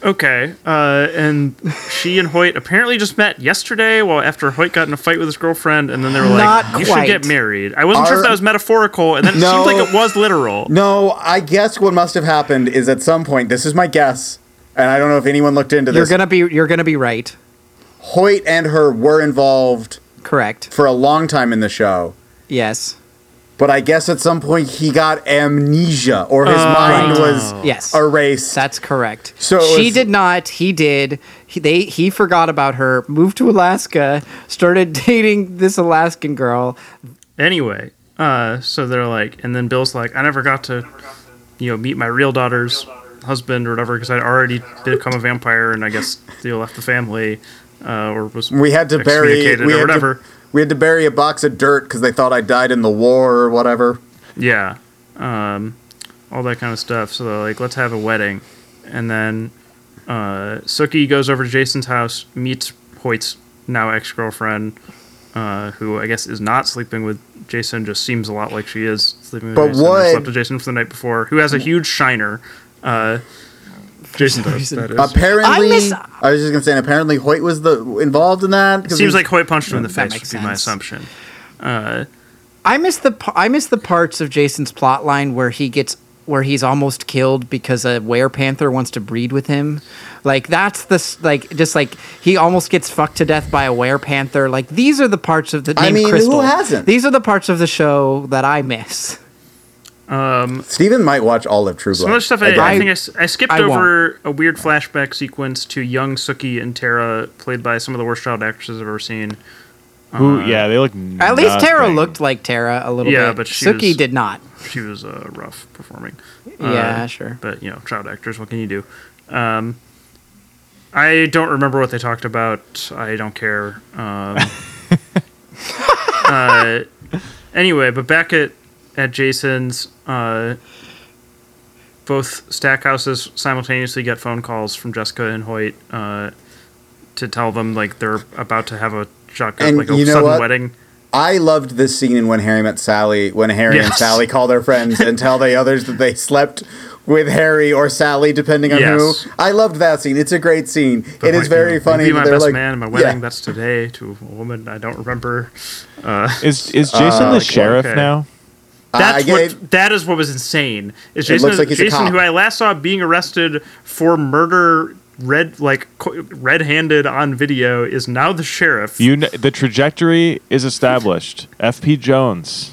C: Okay, uh, and she and Hoyt apparently just met yesterday. Well, after Hoyt got in a fight with his girlfriend, and then they were like,
B: Not
C: "You
B: quite.
C: should get married." I wasn't sure
A: Are-
C: if that was metaphorical, and then it
A: No.
C: seemed like it was literal.
A: No, I guess what must have happened is at some point, this is my guess, and I don't know if anyone looked into
B: You're
A: this.
B: gonna be you're gonna be right.
A: Hoyt and her were involved
B: Correct.
A: for a long time in the show,
B: Yes.
A: but I guess at some point he got amnesia or his
C: Oh,
A: mind
B: Right.
A: was
B: Yes.
A: erased.
B: That's correct.
A: So it
B: she
A: was-
B: did not. He did. He, they he forgot about her. Moved to Alaska. Started dating this Alaskan girl.
C: Anyway, uh, so they're like, and then Bill's like, "I never got to, you know, meet my real daughter's husband or whatever because I'd already become a vampire, and I guess they left the family, uh, or was
A: we had to bury
C: excommunicated
A: we
C: or
A: had to-
C: whatever."
A: we had to bury a box of dirt because they thought I died in the war or whatever.
C: Yeah. Um, all that kind of stuff. So they're like, let's have a wedding. And then uh, Suki goes over to Jason's house, meets Hoyt's now ex girlfriend, uh, who I guess is not sleeping with Jason, just seems a lot like she is sleeping with
A: But
C: Jason.
A: what-
C: Slept with Jason for the night before, who has a huge shiner. Uh, Jason does.
B: reason.
A: Uh,
C: That is.
A: Apparently, I,
B: I miss-
A: was just gonna say. Apparently, Hoyt was the involved in that. 'cause
C: Seems
A: he-
C: like Hoyt punched him in the
B: That
C: face, would be
B: makes
C: my
B: sense.
C: assumption.
B: I miss the p- I miss the parts of Jason's plot line where he gets where he's almost killed because a were panther wants to breed with him. Like that's the s- like just like he almost gets fucked to death by a were panther. Like these are the parts of the
A: I
B: named
A: mean, who
B: Crystal.
A: hasn't?
B: These are the parts of the show that I miss.
C: Um,
A: Steven might watch all of True Blood.
C: Some other stuff I,
A: Again.
C: I,
B: I-
C: think I s- I, skipped
B: I won't.
C: over a weird flashback sequence to young Suki and Tara, played by some of the worst child actresses I've ever seen.
E: Who? Yeah, they look.
B: At least Tara looked like Tara a little
C: Yeah,
B: bit.
C: but she
B: Suki
C: was-
B: did not.
C: She was uh, rough performing.
B: yeah, sure.
C: But, you know, child actors, what can you do? Um, I don't remember what they talked about. I don't care. Um, uh, anyway, but back at, at Jason's, uh, both Stackhouses simultaneously get phone calls from Jessica and Hoyt uh, to tell them, like, they're about to have a shotgun,
A: And
C: like a
A: you know
C: sudden
A: what?
C: wedding.
A: I loved this scene in When Harry Met Sally when Harry and
C: Yes.
A: Sally call their friends and tell the others that they slept with Harry or Sally, depending on
C: Yes.
A: who. I loved that scene. It's a great scene.
C: But
A: it is
C: like,
A: very
C: you know,
A: funny.
C: Be
A: that
C: my
A: they're
C: best
A: like,
C: man at my
A: yeah.
C: wedding. That's today to a woman I don't remember.
E: Is is Jason the sheriff
C: Uh, okay.
E: now?
A: I- I
C: That's
A: get-
C: what. That is what was insane. Is Jason,
A: looks like he's a
C: Jason
A: cop.
C: who I last saw being arrested for murder, red like co- red-handed on video, is now the sheriff.
E: You kn- the trajectory is established. FP Jones.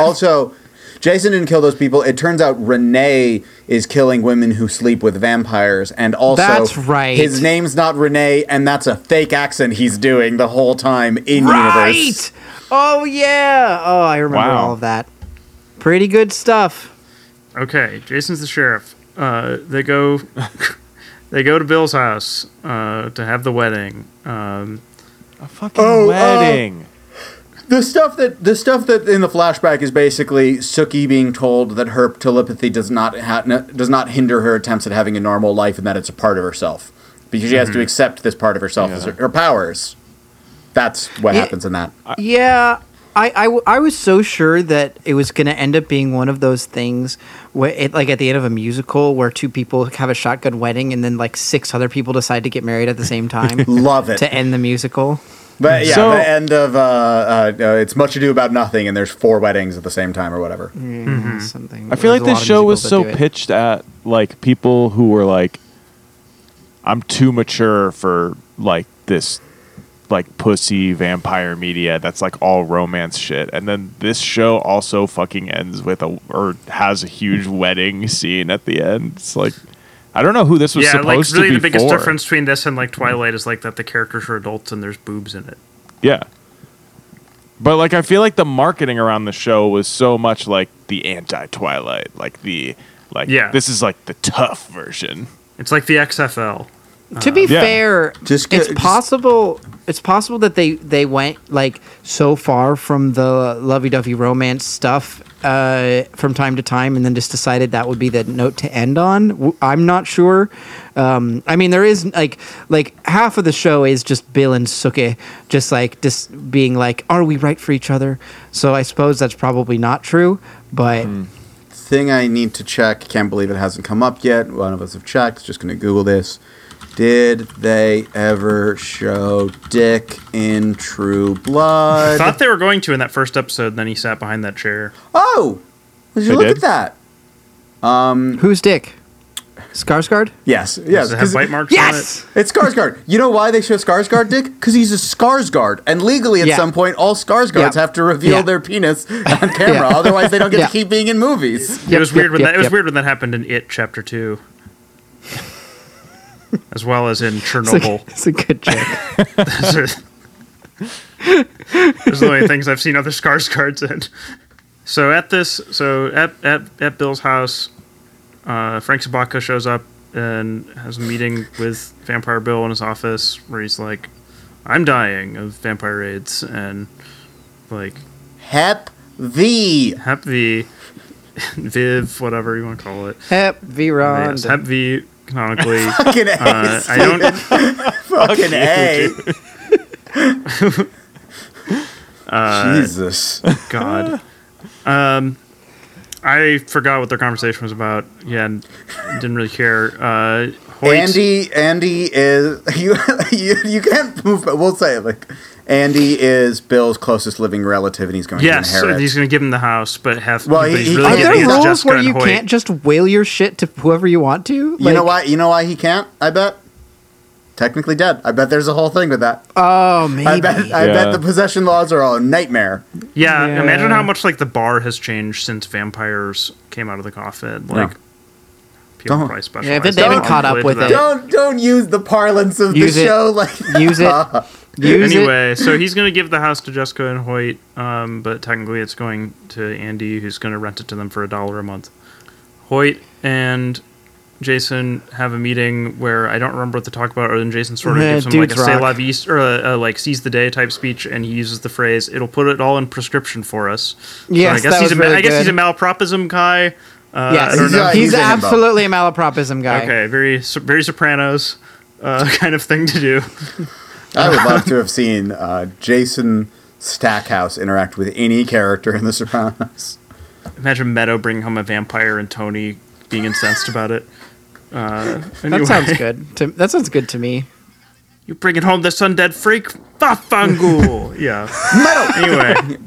A: also, Jason didn't kill those people. It turns out Renee is killing women who sleep with vampires, and also
B: That's right.
A: His name's not Renee, and that's a fake accent he's doing the whole time in
B: Right.
A: universe.
B: Oh yeah. Oh, I remember
E: Wow.
B: all of that. Pretty good stuff.
C: okay, Jason's the sheriff. Uh, they go. they go to Bill's house uh, to have the wedding. Um,
E: A fucking
A: Oh, uh,
E: wedding.
A: The stuff that the stuff that in the flashback is basically Suki being told that her telepathy does not ha- n- does not hinder her attempts at having a normal life and that it's a part of herself because she has to accept this part of herself as her, her powers. That's what
B: Yeah.
A: happens in that.
B: Yeah, I, I w- I was so sure that it was going to end up being one of those things where it like at the end of a musical where two people have a shotgun wedding and then like six other people decide to get married at the same time
A: Love it.
B: to end the musical.
A: But yeah,
E: So-
A: the end of uh, uh, uh, it's much ado about nothing, and there's four weddings at the same time or whatever.
B: Mm. Something.
E: I feel
B: There's
E: like
B: a lot
E: this
B: of
E: show was
B: musicals
E: so
B: that do it.
E: pitched at like people who were like, "I'm too mature for like this, like pussy vampire media that's like all romance shit." And then this show also fucking ends with a or has a huge wedding scene at the end. It's like, I don't know who this was
C: yeah, like
E: supposed
C: really
E: to be
C: the biggest
E: for.
C: difference between this and like Twilight is like that the characters are adults and there's boobs in it.
E: Yeah. But like I feel like the marketing around the show was so much like the anti Twilight, like the like
C: Yeah.
E: this is like the tough version.
C: It's like the XFL.
B: to be
E: yeah.
B: fair,
A: Just get-
B: it's
A: just-
B: possible. It's possible that they they went like so far from the lovey-dovey romance stuff uh, from time to time, and then just decided that would be the note to end on. W- I'm not sure. Um, I mean, there is like like half of the show is just Bill and Suke just like just being like, "Are we right for each other?" So I suppose that's probably not true. But
C: Hmm.
A: Thing I need to check. Can't believe it hasn't come up yet. One of us have checked. Just gonna Google this. Did they ever show dick in True
C: I
A: Blood?
C: thought they were going to in that first episode, and then he sat behind that chair.
A: oh, did you
E: They
A: look
E: did?
A: at that? Um,
B: who's Dick? Skarsgård?
A: yes,
C: Does
A: yes.
C: it have
A: 'cause
C: bite marks
B: Yes.
A: It's Skarsgård. You know why they show Skarsgård, Dick? Because he's a Skarsgård, and legally, at
B: Yeah.
A: some point, all Skarsgårds
B: Yeah.
A: have to reveal
B: Yeah.
A: their penis on camera.
B: Yeah.
A: Otherwise, they don't get
B: Yeah.
A: to keep being in movies.
C: on it? it
B: Yep,
C: was
B: yep,
C: weird when
B: yep,
C: that. It was
B: yep.
C: weird when that happened in It Chapter Two, as well as in Chernobyl.
B: It's a, it's a good joke.
C: Those are, those are the only things I've seen other scars cards in. So at this, so at at, at Bill's house, uh, Frank Sabaka shows up and has a meeting with Vampire Bill in his office, where he's like, "I'm dying of vampire AIDS," and like
A: Hep V.
C: Hep V, Viv, whatever you want to call it.
B: Hep V Ron.
C: Yes, Hep V canonically.
A: Fucking A.
C: Uh, I
A: Steven.
C: don't.
A: Fucking A. Jesus.
C: God. Um, I forgot what their conversation was about. Yeah, and didn't really care. Uh, Hoyt,
A: Andy, Andy is you, you. You can't move, but we'll say it like Andy is Bill's closest living relative, and he's going
C: yes,
A: to inherit.
C: he's going to give him the house, but half.
A: Well,
C: but
A: he-
C: he's
A: he-
C: really
B: Are
A: Yeah,
C: giving
B: there
C: it to
B: rules
C: Jessica
B: where
C: and
B: you
C: Hoyt.
B: can't just wail your shit to whoever you want to?
A: you know why? You know why he can't? I bet. Technically dead. I bet there's a whole thing with that.
B: Oh, maybe.
A: I bet. I
E: Yeah.
A: bet the possession laws are a nightmare.
C: Yeah,
B: Yeah.
C: imagine how much like the bar has changed since vampires came out of the coffin. Like, people
A: Don't.
C: probably specialize.
B: Yeah, but they haven't
C: in
B: caught up
C: related
B: with
C: to
B: it.
C: that.
A: Don't don't use the parlance of
B: Use
A: the
B: it.
A: show like Uh-huh.
B: Use it. Use it.
C: anyway, so he's going to give the house to Jessica and Hoyt, um, but technically it's going to Andy, who's going to rent it to them for a dollar a month. Hoyt and Jason have a meeting where I don't remember what to talk about, other than Jason sort of
B: Yeah,
C: gives him like a
B: dudes
C: "Stay
B: rock.
C: Alive East" or a, a like "Seize the Day" type speech, and he uses the phrase "It'll put it all in prescription for us."
B: Yes,
C: so I guess
B: that
C: he's
B: was
C: a, ma-
B: really
C: I guess he's a
B: good.
C: malapropism guy. Uh, I
B: yes,
C: don't
B: he's,
C: know.
A: Yeah, he's a himbo.
B: absolutely a malapropism guy.
C: Okay, very very Sopranos uh, kind of thing to do.
A: I would love to have seen uh, Jason Stackhouse interact with any character in The Sopranos.
C: Imagine Meadow bringing home a vampire and Tony being incensed about it. Uh,
B: That
C: anyway.
B: sounds good. To, that sounds good to me.
C: You bringing home this undead freak, Fafangu. yeah. Anyway,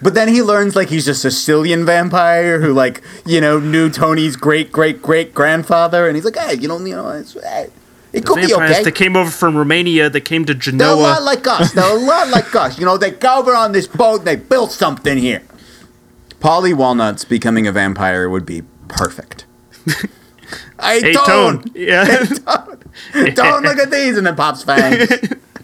A: But then he learns like he's a Sicilian vampire who like you know knew Tony's great great great grandfather, and he's like, hey, you don't you know, it's, hey, it could be
C: vampires
A: okay.
C: that came over from Romania, that came to
A: They're a lot
C: Genoa.
A: like us. They're a lot like us. You know, they go over on this boat and they built something here. Polly Walnuts becoming a vampire would be perfect. I
C: Hey,
A: don't.
C: Tone. Yeah.
A: Don't look at these, and then pops fangs.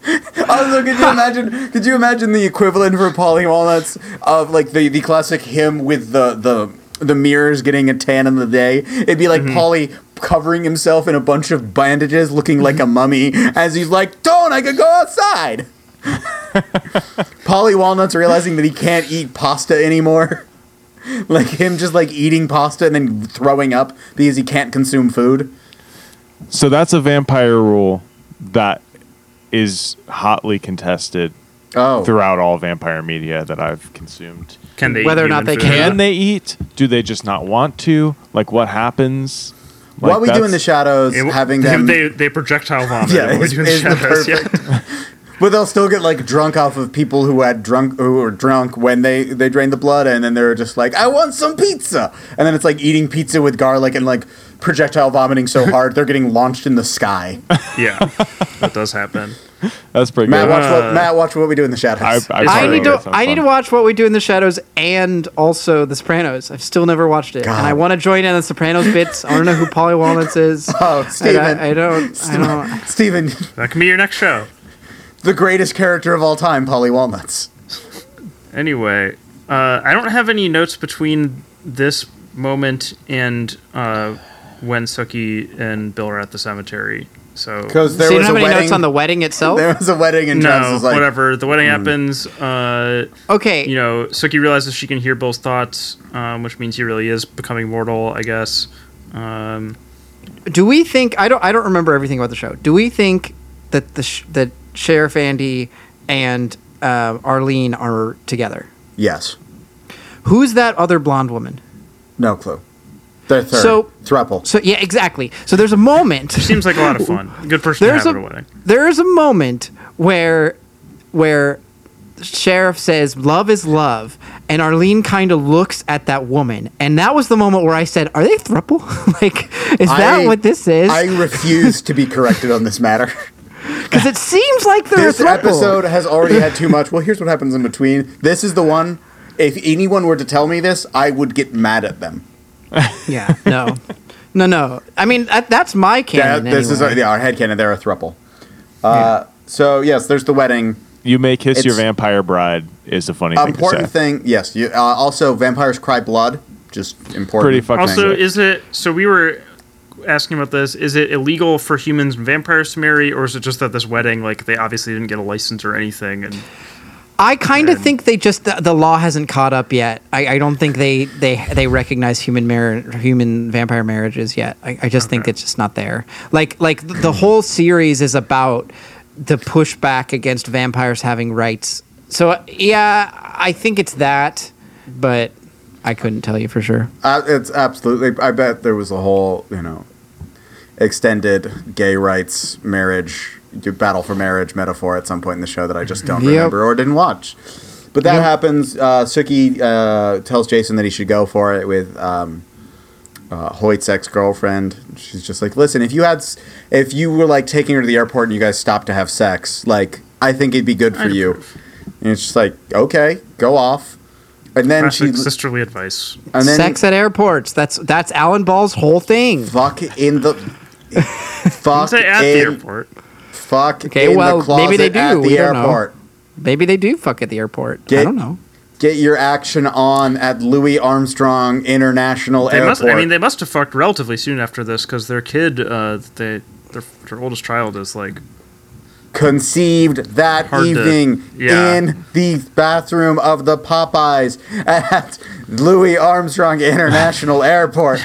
A: also, could you imagine? Could you imagine the equivalent for Polly Walnuts of like the, the classic him with the the the mirrors getting a tan in the day? It'd be like Polly covering himself in a bunch of bandages, looking like a mummy, as he's like, "Don't, I could go outside." Polly Walnuts realizing that he can't eat pasta anymore. Like him just like eating pasta and then throwing up because he can't consume food.
E: So that's a vampire rule that is hotly contested
A: Oh.
E: throughout all vampire media that I've consumed.
C: Can they
B: Whether or
C: eat
B: not
C: human
B: they
C: food?
E: Can they eat? Do they just not want to? Like what happens? Like,
A: what we do in the
E: that's-
A: shadows,
C: It-
A: having
C: they,
A: them,
C: They, they projectile vomit.
A: Yeah,
C: Yeah, we
A: is-
C: do in
A: is the
C: shadows. Yeah.
A: but they'll still get like drunk off of people who had drunk who were drunk when they they drained the blood, and then they're just like, "I want some pizza," and then it's like eating pizza with garlic and like projectile vomiting so hard they're getting launched in the sky.
C: yeah, that does happen.
E: That's pretty
A: Matt,
E: good.
A: watch what Matt, watch what we do in the shadows.
E: I, I,
C: It's
B: I
E: probably
B: need
C: alright.
E: think
B: to.
E: that sounds
B: I need to
E: fun.
B: watch What We Do in the Shadows and also The Sopranos. I've still never watched it,
A: God.
B: and I want to join in the Sopranos bits. I don't know who Polly Walnuts is.
A: oh,
B: I,
A: Steven,
B: I, I don't. I don't.
A: Steven,
C: That can be your next show.
A: the greatest character of all time, Polly Walnuts.
C: Anyway, uh, I don't have any notes between this moment and uh, when Suki and Bill are at the cemetery. So
A: Because there
B: so you
A: was
B: don't have
A: a
B: any
A: wedding.
B: notes on the wedding itself?
A: there was a wedding, and Travis
C: no,
A: was like,
C: whatever. The
B: hmm.
C: wedding happens. Uh,
B: okay.
C: you know, Suki realizes she can hear Bill's thoughts, um, which means he really is becoming mortal, I guess. Um,
B: do we think I don't I don't remember everything about the show. Do we think that the sh- that Sheriff Andy and uh, Arlene are together?
A: "Yes."
B: Who's that other blonde woman?
A: No clue. They're third.
B: So-
A: thruple.
B: So yeah, exactly. So there's a moment.
C: Seems like a lot of fun. Good person
B: There's
C: to have
B: a-
C: at a wedding.
B: there is a moment where where sheriff says love is love and arlene kind of looks at that woman and that was the moment where i said are they thruple like is that
A: I-
B: what this
A: I
B: is
A: refuse to be corrected on this matter.
B: because it seems like they're
A: this
B: a thruple
A: episode has already had too much. Well, here's what happens in between. This is the one. If anyone were to tell me this, I would get mad at them.
B: yeah no no no i mean that, that's my
A: Yeah,
B: canon
A: this is our,
B: anyway.
A: yeah, our headcanon. They're a thruple. Uh, So yes, there's the wedding.
E: You may kiss your
A: It's-
E: vampire bride is a funny thing to
A: important
E: say.
A: thing. Yes. You, uh, also, vampires cry blood. Just important.
E: Pretty fucking
C: Also,
E: good.
C: is it so? We were asking about this. Is it illegal for humans and vampires to marry, or is it just that this wedding, like they obviously didn't get a license or anything? And
B: i kind of think they just the, the law hasn't caught up yet I, I don't think they they they recognize human mar- human vampire marriages yet i, I just think it's just not there like like th- the whole series is about the pushback against vampires having rights so uh, yeah i think it's that but i couldn't tell you for sure
A: Uh, it's absolutely. I bet there was a whole, you know, extended gay rights, marriage, battle for marriage metaphor at some point in the show that I just don't
B: Yep.
A: remember or didn't watch. But that
B: Yep.
A: happens. Uh, Suki uh, tells Jason that he should go for it with um, uh, Hoyt's ex girlfriend. She's just like, listen, if you had, s- if you were like taking her to the airport and you guys stopped to have sex, like I think it'd be good for
C: I'd
A: you.
C: approve.
A: And it's just like, okay, go off. And then
C: classic
A: she,
C: sisterly advice.
A: and then
B: sex at airports that's that's alan ball's whole thing
A: fuck in the fuck
C: Say at the
A: in,
C: airport.
A: fuck
B: Okay,
A: in
B: well,
A: the closet
B: maybe they do.
A: at the
B: We don't know.
A: airport.
B: maybe they do fuck at the airport i
A: Get-
B: don't know
A: Get your action on at Louis Armstrong International
C: They
A: Airport.
C: must. I mean, they must have fucked relatively soon after this because their kid, uh, they their, their oldest child is like
A: conceived that
C: Hard to-
A: evening
C: yeah.
A: in the bathroom of the Popeyes at Louis Armstrong International Airport.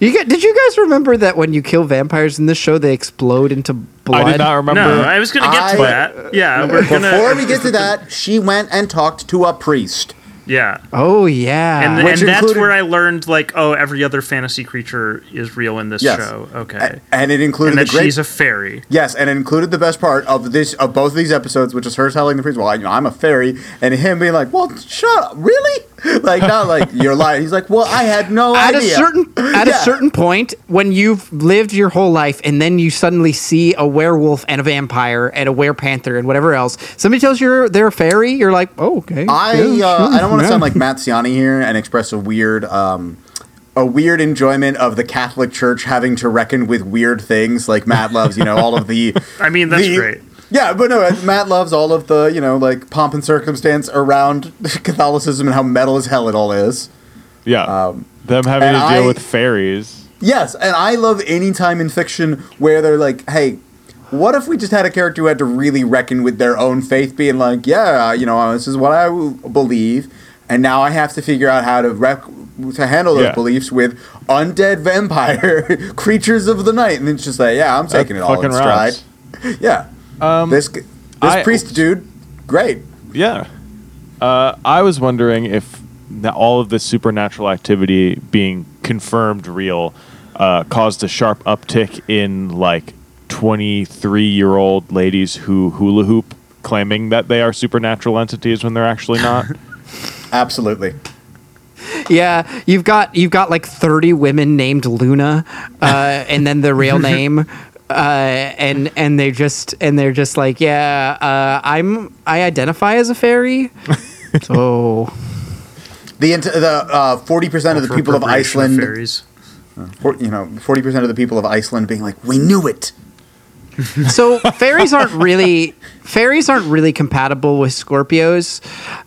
B: You get, did you guys remember that when you kill vampires in this show, they explode into blood?
E: I did not remember.
C: No, I was gonna get to
A: I-
C: that. Yeah, we're gonna.
A: Before we get to that, she went and talked to a priest.
C: yeah,
B: Oh yeah,
C: and,
A: Ah, Which
C: and that's
A: included-
C: where I learned like, oh, every other fantasy creature is real in this
A: Yes.
C: show. Okay,
A: A- And it included
C: and
A: the
C: that
A: great
C: she's a fairy.
A: Yes, and it included the best part of this of both of these episodes, which is her telling the priest, "Well, I, you know, I'm a fairy," and him being like, "Well, shut up, really?" Like not like you're lying. He's like, "Well, I had no
B: at a
A: idea."
B: certain at
A: Yeah.
B: a certain point when you've lived your whole life and then you suddenly see a werewolf and a vampire and a werepanther and whatever else, somebody tells you they're a fairy, you're like, oh okay.
A: I
B: yeah,
A: uh,
B: sure,
A: I don't want to
B: yeah.
A: sound like Matt Ciani here and express a weird um, a weird enjoyment of the Catholic Church having to reckon with weird things like Matt loves, you know, all of the.
C: I mean, that's
A: the-
C: great.
A: Yeah, but no, uh, Matt loves all of the you know like pomp and circumstance around Catholicism and how metal as hell it all is.
E: yeah, them having
A: Um, and
E: to deal
A: I-
E: with fairies.
A: Yes, and I love any time in fiction where they're like, hey, what if we just had a character who had to really reckon with their own faith, being like, yeah, you know, this is what I w- believe, and now I have to figure out how to rec- to handle those
E: Yeah.
A: beliefs with undead vampire creatures of the night, and it's just like, yeah, I'm taking it all in
E: fucking
A: stride.
E: rocks.
A: Yeah,
E: Um,
A: this g- this
E: I-
A: priest dude, great.
E: Yeah. Uh, I was wondering if the, all of this supernatural activity being confirmed real uh, caused a sharp uptick in like 23 year old ladies who hula hoop claiming that they are supernatural entities when they're actually not.
A: Absolutely.
B: Yeah, you've got you've got like thirty women named Luna, uh, and then the real name, uh, and and they just and they're just like, yeah, uh, I'm I identify as a fairy. so
A: The ent- the uh, forty percent of the
C: for
A: people of
C: appropriation of
A: Iceland,
C: fairies.
A: for, you know, forty percent of the people of Iceland being like, we knew it.
B: so fairies aren't really fairies aren't really compatible with Scorpios.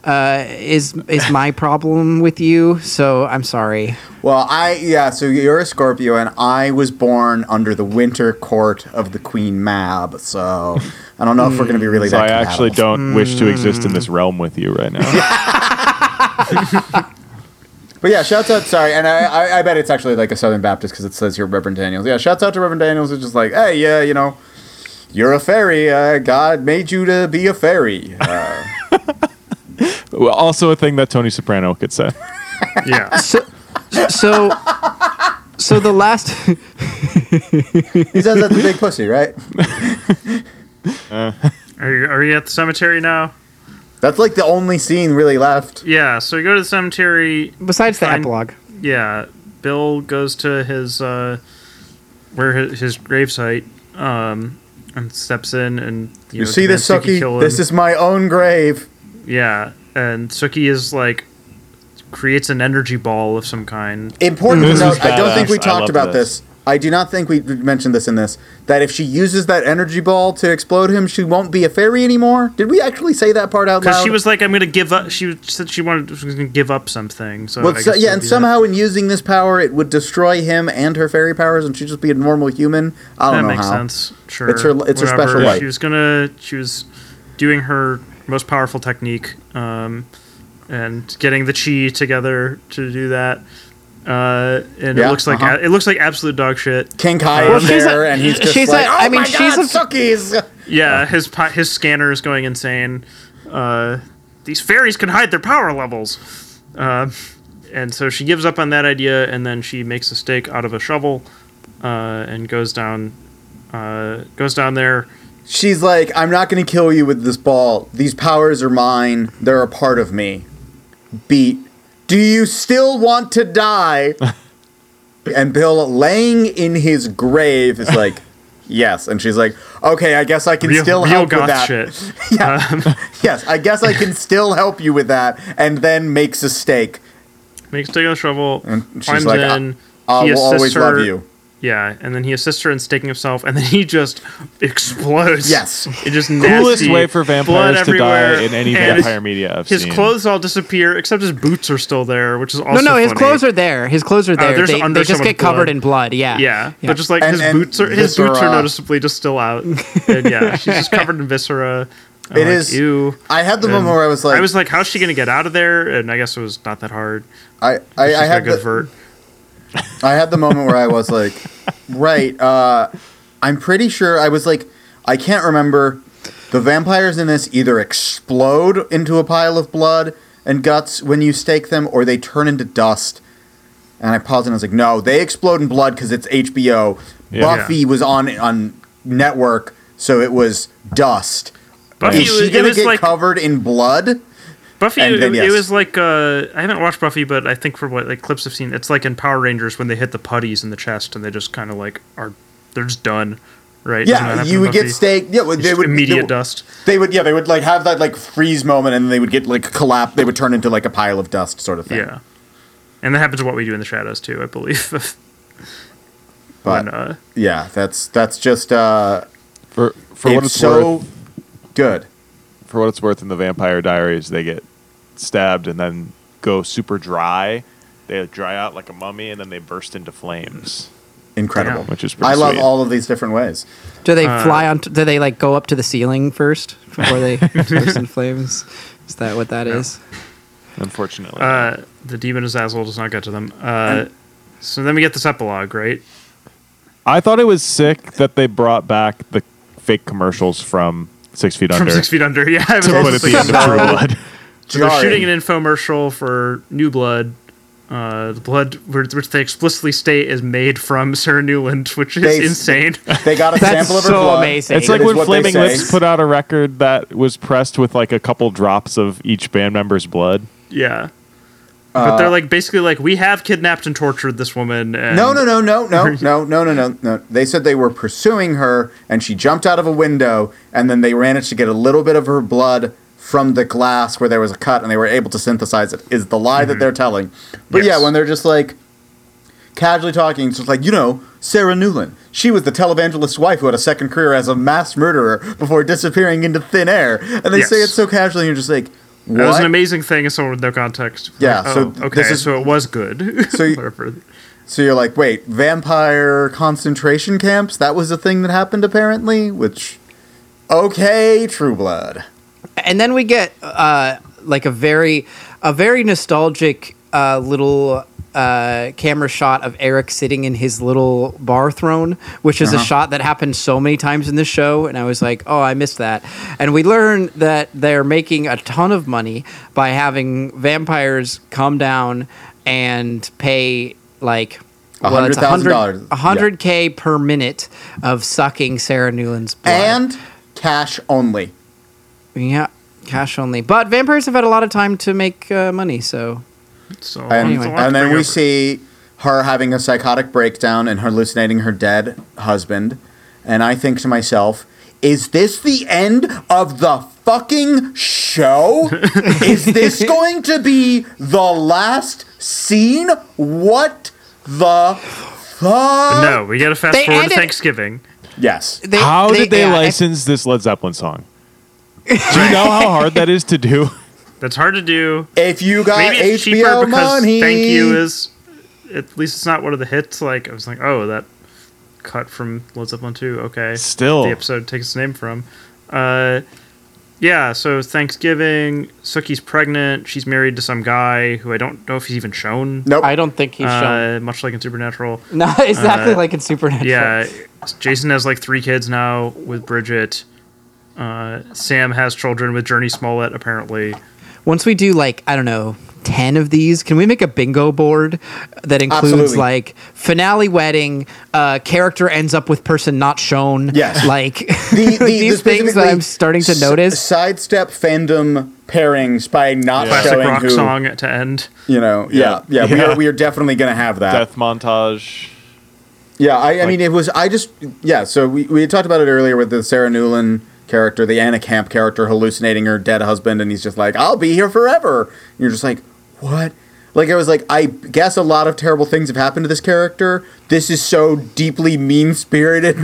B: Uh, is is my problem with you? So I'm sorry.
A: Well, I yeah, so you're a Scorpio and I was born under the winter court of the Queen Mab, so I don't know if we're going to be really
E: Hmm, so I
A: that
E: actually
A: compatible.
E: don't wish to exist
A: Mm.
E: in this realm with you right now.
A: But yeah, shouts out sorry, and I, I I bet it's actually like a Southern Baptist cuz it says here Reverend Daniels. Yeah, shouts out to Reverend Daniels who's just like, "Hey, yeah, you know, you're a fairy. Uh, God made you to be a fairy." Uh,
E: Well, also, a thing that Tony Soprano could say.
C: yeah.
B: So, so, so the last.
A: He says that's a big pussy, right?
C: Are you, are you at the cemetery now?
A: That's like the only scene really left.
C: Yeah. So you go to the cemetery.
B: besides the
C: Fine.
B: epilogue,
C: Yeah. Bill goes to his uh, where his, his gravesite um, and steps in and you,
A: You
C: know,
A: see this,
C: demands Suki kill
A: Suki?
C: him.
A: This is my own grave.
C: yeah. And Suki is like creates an energy ball of some kind.
A: Important
E: This
A: to
E: is
A: note, I don't think we
E: badass. I
A: talked
E: love
A: about
E: this.
A: this. I do not think we mentioned this in this. That if she uses that energy ball to explode him, she won't be a fairy anymore. Did we actually say that part out
C: Because
A: loud?
C: she was like, I'm gonna give up. She said she wanted she was gonna give up something. So,
A: Well,
C: I
A: so-
C: guess
A: yeah,
C: they'll
A: and
C: do that.
A: somehow in using this power, it would destroy him and her fairy powers, and she'd just be a normal human. I
C: that
A: don't know
C: makes
A: how.
C: sense. Sure,
A: It's her- it's her
C: Whatever.
A: special light.
C: She was gonna. She was doing her most powerful technique, um, and getting the chi together to do that. Uh, and it
A: Yeah,
C: looks like
A: uh-huh.
C: it looks like absolute dog shit.
A: King Kai
B: Well,
A: is
B: she's
A: there,
B: a-
A: and he's just
B: she's
A: like,
B: a-
A: "Oh
B: I mean,
A: my
B: she's
A: God,
B: a-
A: Suki's!"
C: Yeah, his po- his scanner is going insane. Uh, these fairies can hide their power levels, uh, and so she gives up on that idea, and then she makes a stake out of a shovel, uh, and goes down, uh, goes down there.
A: She's like, "I'm not going to kill you with this ball. These powers are mine. They're a part of me." Beat. Do you still want to die? and Bill, laying in his grave, is like, "Yes." And she's like, "Okay, I guess I can
C: Real,
A: still
C: real
A: help with
C: goth
A: that."
C: shit. Um,
A: Yeah. yes, I guess I can still help you with that. And then makes a stake.
C: Makes take out a shovel,
A: And she's
C: climbs
A: like, "Uh,
C: in.
A: I
C: he
A: will
C: assists
A: always
C: her.
A: love you.
C: Yeah, and then he assists her in staking himself, and then he just explodes.
A: Yes.
C: it just nasty,
E: Coolest way for
C: blood
E: vampires to
C: everywhere,
E: die in any
C: and
E: vampire media I've
C: His
E: seen.
C: clothes all disappear, except his boots are still there, which is also
B: no, no, his
C: funny. Oh,
B: clothes are there. His clothes are there.
C: there's
B: they,
C: under
B: they just
C: someone's
B: get covered
C: blood.
B: in blood. Yeah,
C: Yeah,
B: yeah.
C: but just like
A: And-
C: his
A: and
C: boots are his boots are
A: viscera.
C: noticeably just still out, and yeah, she's just covered in viscera. I'm
A: It
C: like,
A: is-
C: ew.
A: I had the
C: And
A: moment where I was like,
C: I was like, how's she gonna get out of there? And I guess it was not that hard.
A: I, I,
C: She's
A: I
C: got
A: had
C: a good
A: the,
C: vert.
A: I had the moment where I was like, right, uh, I'm pretty sure I was like, I can't remember. The vampires in this either explode into a pile of blood and guts when you stake them, or they turn into dust. And I paused and I was like, no, they explode in blood because it's HBO.
E: Yeah.
A: Buffy was on on network, so it was dust.
C: Buffy,
A: Is
C: it was-
A: she
C: it
A: gonna
C: was
A: get
C: like
A: covered in blood?
C: Buffy,
A: And then,
C: it,
A: yes.
C: was like uh, I haven't watched Buffy, but I think from what like clips I've seen, it's like in Power Rangers when they hit the putties in the chest and they just kind of like are they're just done, right? Doesn't that
A: Yeah,
C: happen
A: you
C: in
A: would get
C: Buffy?
A: staked. Yeah, well,
C: It's
A: they
C: just
A: would
C: immediate
A: they would-
C: dust.
A: They would, yeah, they would like have that like freeze moment, and then they would get like collapse. They would turn into like a pile of dust, sort of thing.
C: Yeah, and that happens to what we do in the shadows too, I believe.
A: but
C: when, uh,
A: yeah, that's that's just uh,
E: For for what
A: it's
E: it's
A: so
E: worth,
A: good.
E: for what it's worth, in the Vampire Diaries, they get stabbed and then go super dry. They dry out like a mummy and then they burst into flames,
A: Incredible.
C: Yeah.
E: which is pretty
A: I love
E: sweet.
A: all of these different ways.
B: Do they
C: uh,
B: fly on? do they like go up to the ceiling first before they burst in flames? Is that what that is?
E: Unfortunately,
C: uh, the demon Azazel does not get to them. Uh, so then we get this epilogue, right?
E: I thought it was sick that they brought back the fake commercials from Six Feet
C: From
E: Under
C: Six Feet Under. Yeah, I was
E: to put at
C: also
E: the end
C: thinking
E: of True
C: about that.
E: Blood.
C: So they're shooting
A: Jarring.
C: an infomercial for New Blood. Uh, the blood, which which they explicitly state is made from Sarah Newland, which is
A: They-
C: insane.
A: They got a
B: That's
A: sample of her
B: so
A: blood.
B: amazing.
E: It's like
A: It is
E: when
A: what they
E: Flaming
A: say.
E: Lips put out a record that was pressed with like a couple drops of each band member's blood.
C: yeah. But
A: Uh,
C: they're like basically like we have kidnapped and tortured this woman. And
A: No, no, no, no, no, no, no, no, no, no. They said they were pursuing her, and she jumped out of a window, and then they managed to get a little bit of her blood from the glass where there was a cut, and they were able to synthesize it. Is the lie that they're telling? But
C: Mm-hmm. Yes.
A: yeah, when they're just like casually talking, it's just like you know, Sarah Newland. She was the televangelist's wife who had a second career as a mass murderer before disappearing into thin air, and they say
C: Yes.
A: it so casually, and you're just like,
C: That was an
A: what?
C: amazing thing. and So with no context.
A: Yeah,
C: Like,
A: so
C: oh, okay.
A: this is-
C: so it was good.
A: So you-
C: Whatever.
A: So you're like, wait, vampire concentration camps? That was a thing that happened apparently? Which, okay, True Blood.
B: and then we get uh, like a very a very nostalgic uh, little uh, camera shot of Eric sitting in his little bar throne, which
A: Uh-huh.
B: is a shot that happened so many times in the show. And I was like, oh, I missed that. And we learn that they're making a ton of money by having vampires come down and pay like.
A: A
B: well, it's
A: hundred thousand
B: 100
A: dollars. Yeah.
B: 100K per minute of sucking Sarah Newland's blood.
A: and cash only.
B: Yeah, cash only. But vampires have had a lot of time to make uh, money, so
C: So
A: And,
C: it's a lot to
A: and then
C: bring
A: we
C: up.
A: see her having a psychotic breakdown and hallucinating her dead husband. And I think to myself, is this the end of the fucking show? is this going to be the last scene? What the fuck?
C: No, we got to fast
B: They
C: forward
B: ended-
C: to Thanksgiving.
A: Yes.
B: they,
E: how did they
B: yeah, I-
E: license this Led Zeppelin song? Do you know how hard that is to do?
C: That's hard to do.
A: If you got
C: Maybe it's
A: HBO
C: cheaper because
A: money,
C: thank you is at least it's not one of the hits. Like I was like, oh, that cut from Led Zeppelin two. Okay,
E: Still.
C: the episode takes its name from. Uh, yeah, so Thanksgiving, Sookie's pregnant. She's married to some guy who I don't know if he's even shown.
A: nope.
B: I don't think he's shown.
C: Uh, much like in Supernatural.
B: Not exactly
C: uh,
B: like in Supernatural.
C: Yeah, Jason has like three kids now with Bridget. Uh, Sam has children with Journey Smollett, apparently.
B: Once we do like I don't know ten of these, can we make a bingo board that includes
A: Absolutely.
B: like finale wedding, uh, character ends up with person not shown.
A: Yes.
B: like
A: the, the,
B: these
A: the
B: things that
A: specifically
B: I'm starting to
A: s-
B: notice.
A: sidestep fandom pairings by not
E: Yeah.
A: showing
C: Classic rock
A: who Oh
C: song to end.
A: you know yeah yeah, We,
E: Yeah.
A: are, we are definitely gonna have that
E: Death montage.
A: yeah I, I mean it was I just yeah so we, we had talked about it earlier with the Sarah Newland character the Anna Camp character hallucinating her dead husband and he's just like I'll be here forever and you're just like what like I was like I guess a lot of terrible things have happened to this character this is so deeply mean spirited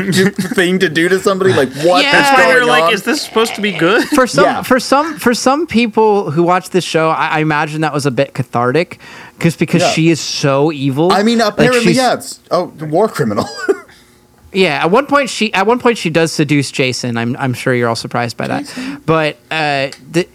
A: thing to do to somebody like what
B: Yeah.
A: is
B: That's why
A: going
C: You're like,
A: on?
C: is this supposed to be good?
B: For some,
A: Yeah.
B: for some, for some people who watch this show, I, I imagine that was a bit cathartic, just because
A: Yeah.
B: she is so evil.
A: I mean
B: Like,
A: apparently
B: she's-
A: yeah it's oh war criminal
B: Yeah, at one point she at one point she does seduce Jason. I'm I'm sure you're all surprised by that. But uh the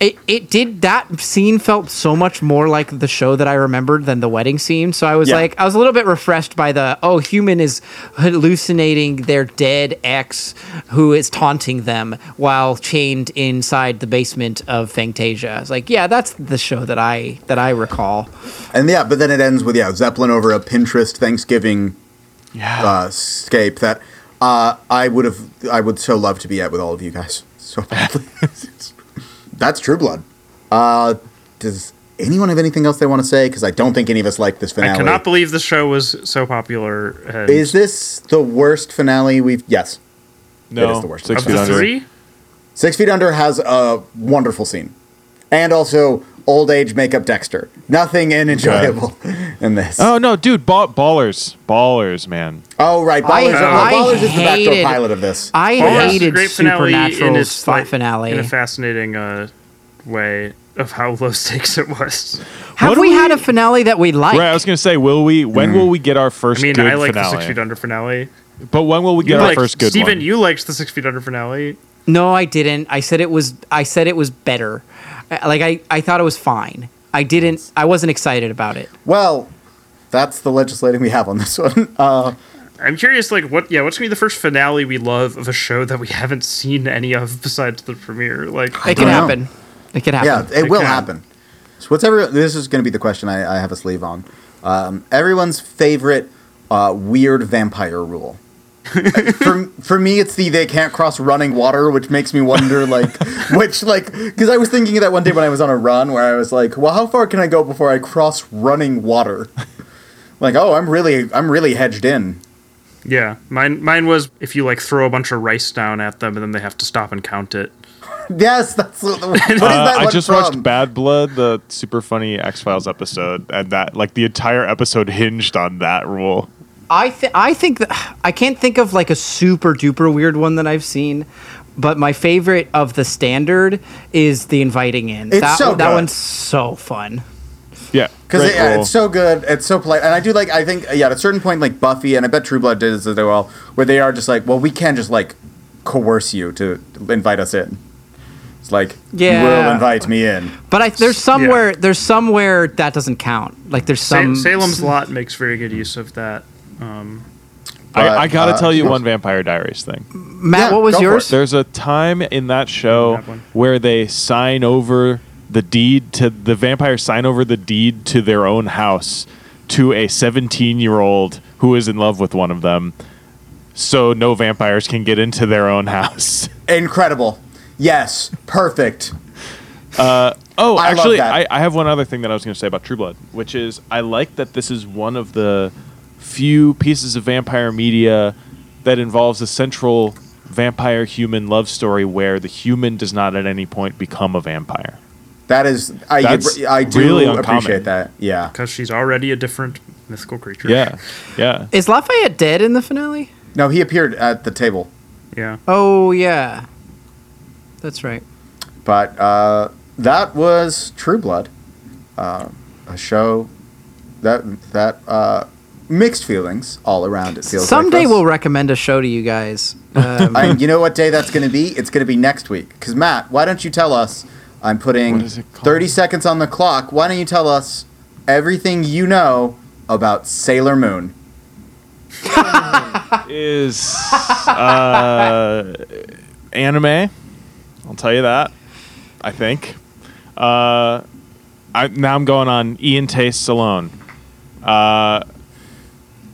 B: it, it did that scene felt so much more like the show that I remembered than the wedding scene. So I was
A: Yeah.
B: like I was a little bit refreshed by the oh human is hallucinating their dead ex who is taunting them while chained inside the basement of Fantasia. I was like, yeah, that's the show that I that I recall.
A: And yeah, but then it ends with yeah Zeppelin over a Pinterest Thanksgiving uh, scape that uh, I would have I would so love to be at with all of you guys so badly. That's True Blood. Uh, does anyone have anything else they want to say? Because I don't think any of us like this finale.
C: I cannot believe the show was so popular. And
A: Is this the worst finale we've? Yes,
E: No,
A: It is the worst.
E: Six
C: of
E: feet
C: the
E: under.
C: three?
A: Six Feet Under has a wonderful scene, and also old age makeup Dexter. Nothing inenjoyable in this.
E: Oh no, dude! Ball- ballers, ballers, man.
A: oh right, Ballers,
B: I
A: Ballers is the backdoor
B: hated-
A: pilot of this.
B: I
C: Well, it's a
B: hated
C: great finale in
B: Supernatural's
C: its, like,
B: finale.
C: in a fascinating uh, way of how low stakes it was.
B: Have
E: What do
B: we,
E: we-
B: had a finale that we like?
E: Right, I was gonna say, will we?
A: Mm.
E: When will we get our
C: I
E: first
C: mean,
E: good
C: I like the
E: finale?
C: Six Feet Under finale.
E: But when will we get
C: You
E: our
C: liked-
E: first good
C: Steven,
E: one?
C: you liked the Six Feet Under finale.
B: No, I didn't. I said it was. I said it was better. I- Like I, I thought it was fine. I didn't. I wasn't excited about it.
A: Well, that's the legislating we have on this one. Uh,
C: I'm curious, like, what? Yeah, what's gonna be the first finale we love of a show that we haven't seen any of besides the premiere? Like,
B: It
A: don't
B: could
A: know.
B: happen. It could
A: yeah,
B: happen.
A: it will
C: Okay.
A: happen. So what's every, this is going to be the question I, I have a sleeve on. Um, everyone's favorite uh, weird vampire rule. for, for me, it's the they can't cross running water, which makes me wonder, like, which, like, because I was thinking of that one day when I was on a run where I was like, well, how far can I go before I cross running water? like, oh, I'm really, I'm really hedged in.
C: yeah, mine, mine was if you like throw a bunch of rice down at them and then they have to stop and count it.
A: Yes, that's what, what is
E: Uh,
A: that
E: I
A: one
E: just
A: from?
E: watched Bad Blood, the super funny X Files episode, and that like the entire episode hinged on that rule.
B: I th- I think that I can't think of like a super duper weird one that I've seen, but my favorite of the standard is the inviting in.
A: It's
B: that
A: so
B: that
A: good.
B: one's so fun.
E: Yeah,
A: Because
E: great
A: it, yeah,
E: rule.
A: it's so good, it's so polite, and I do like. I think yeah, at a certain point, like Buffy, and I bet True Blood did this as well, where they are just like, well, we can't just like coerce you to invite us in. It's like
B: Yeah.
A: you will invite me in.
B: But I, there's somewhere there's somewhere that doesn't count. Like there's
C: Sa-
B: some
C: Salem's Lot makes very good use of that. Um,
E: I,
A: But,
E: I gotta
A: uh,
E: tell you
A: yes.
E: one Vampire Diaries thing.
B: Matt,
A: Yeah,
B: what was
A: go for
B: yours?
E: There's a time in that show
C: That one.
E: where they sign over the deed to the vampires sign over the deed to their own house to a 17 year old who is in love with one of them, so no vampires can get into their own house.
A: Incredible. Yes. Perfect.
E: Oh,
A: I love
E: actually,
A: that.
E: I, I have one other thing that I was going to say about True Blood, which is I like that this is one of the few pieces of vampire media that involves a central vampire human love story where the human does not at any point become a vampire.
A: That is. I
E: That's
A: I do
E: really uncommon.
A: appreciate that. Yeah.
C: because she's already a different mythical creature.
E: Yeah, yeah.
B: Is Lafayette dead in the finale?
A: No, he appeared at the table,
C: Yeah.
B: Oh yeah, that's right.
A: but uh, that was True Blood, uh, a show that that uh, mixed feelings all around. It feels like
B: Someday
A: for us.
B: we'll recommend a show to you guys. Um,
A: and you know what day that's going to be? It's going to be next week. Because Matt, why don't you tell us? I'm putting
E: What is it called?
A: 30 seconds on the clock. Why don't you tell us everything you know about Sailor Moon?
E: Is uh, anime? I'll tell you that. I think. Uh, I, now I'm going on Ian Tastes Alone. Uh,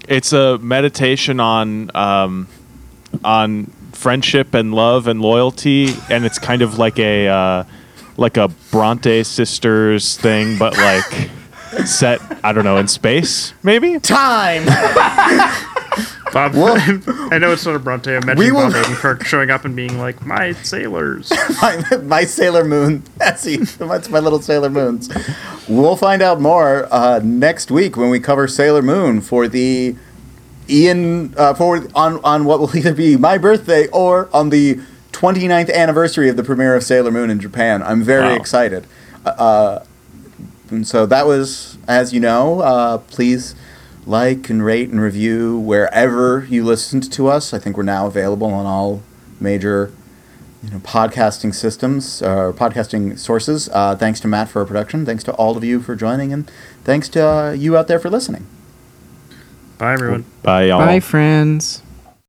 E: it's a meditation on um, on friendship and love and loyalty, and it's kind of like a uh, like a Bronte sisters thing, but like set I don't know in space maybe.
A: Time.
C: Bob,
A: Well-
C: I know it's not a Bronte. I'm
A: We
C: imagining
A: will-
C: Bob Odenkirk showing up and being like, "My sailors."
A: my, my Sailor Moon. That's e- that's my little Sailor Moons. We'll find out more uh, next week when we cover Sailor Moon for the Ian uh, for on on what will either be my birthday or on the 29th anniversary of the premiere of Sailor Moon in Japan. I'm very
E: Wow.
A: excited. Uh, and so that was, as you know, uh, please like and rate and review wherever you listened to us. I think we're now available on all major you know, podcasting systems or podcasting sources. Uh, thanks to Matt for our production. Thanks to all of you for joining, and thanks to uh, you out there for listening.
C: Bye, everyone.
E: Bye y'all.
B: Bye, friends.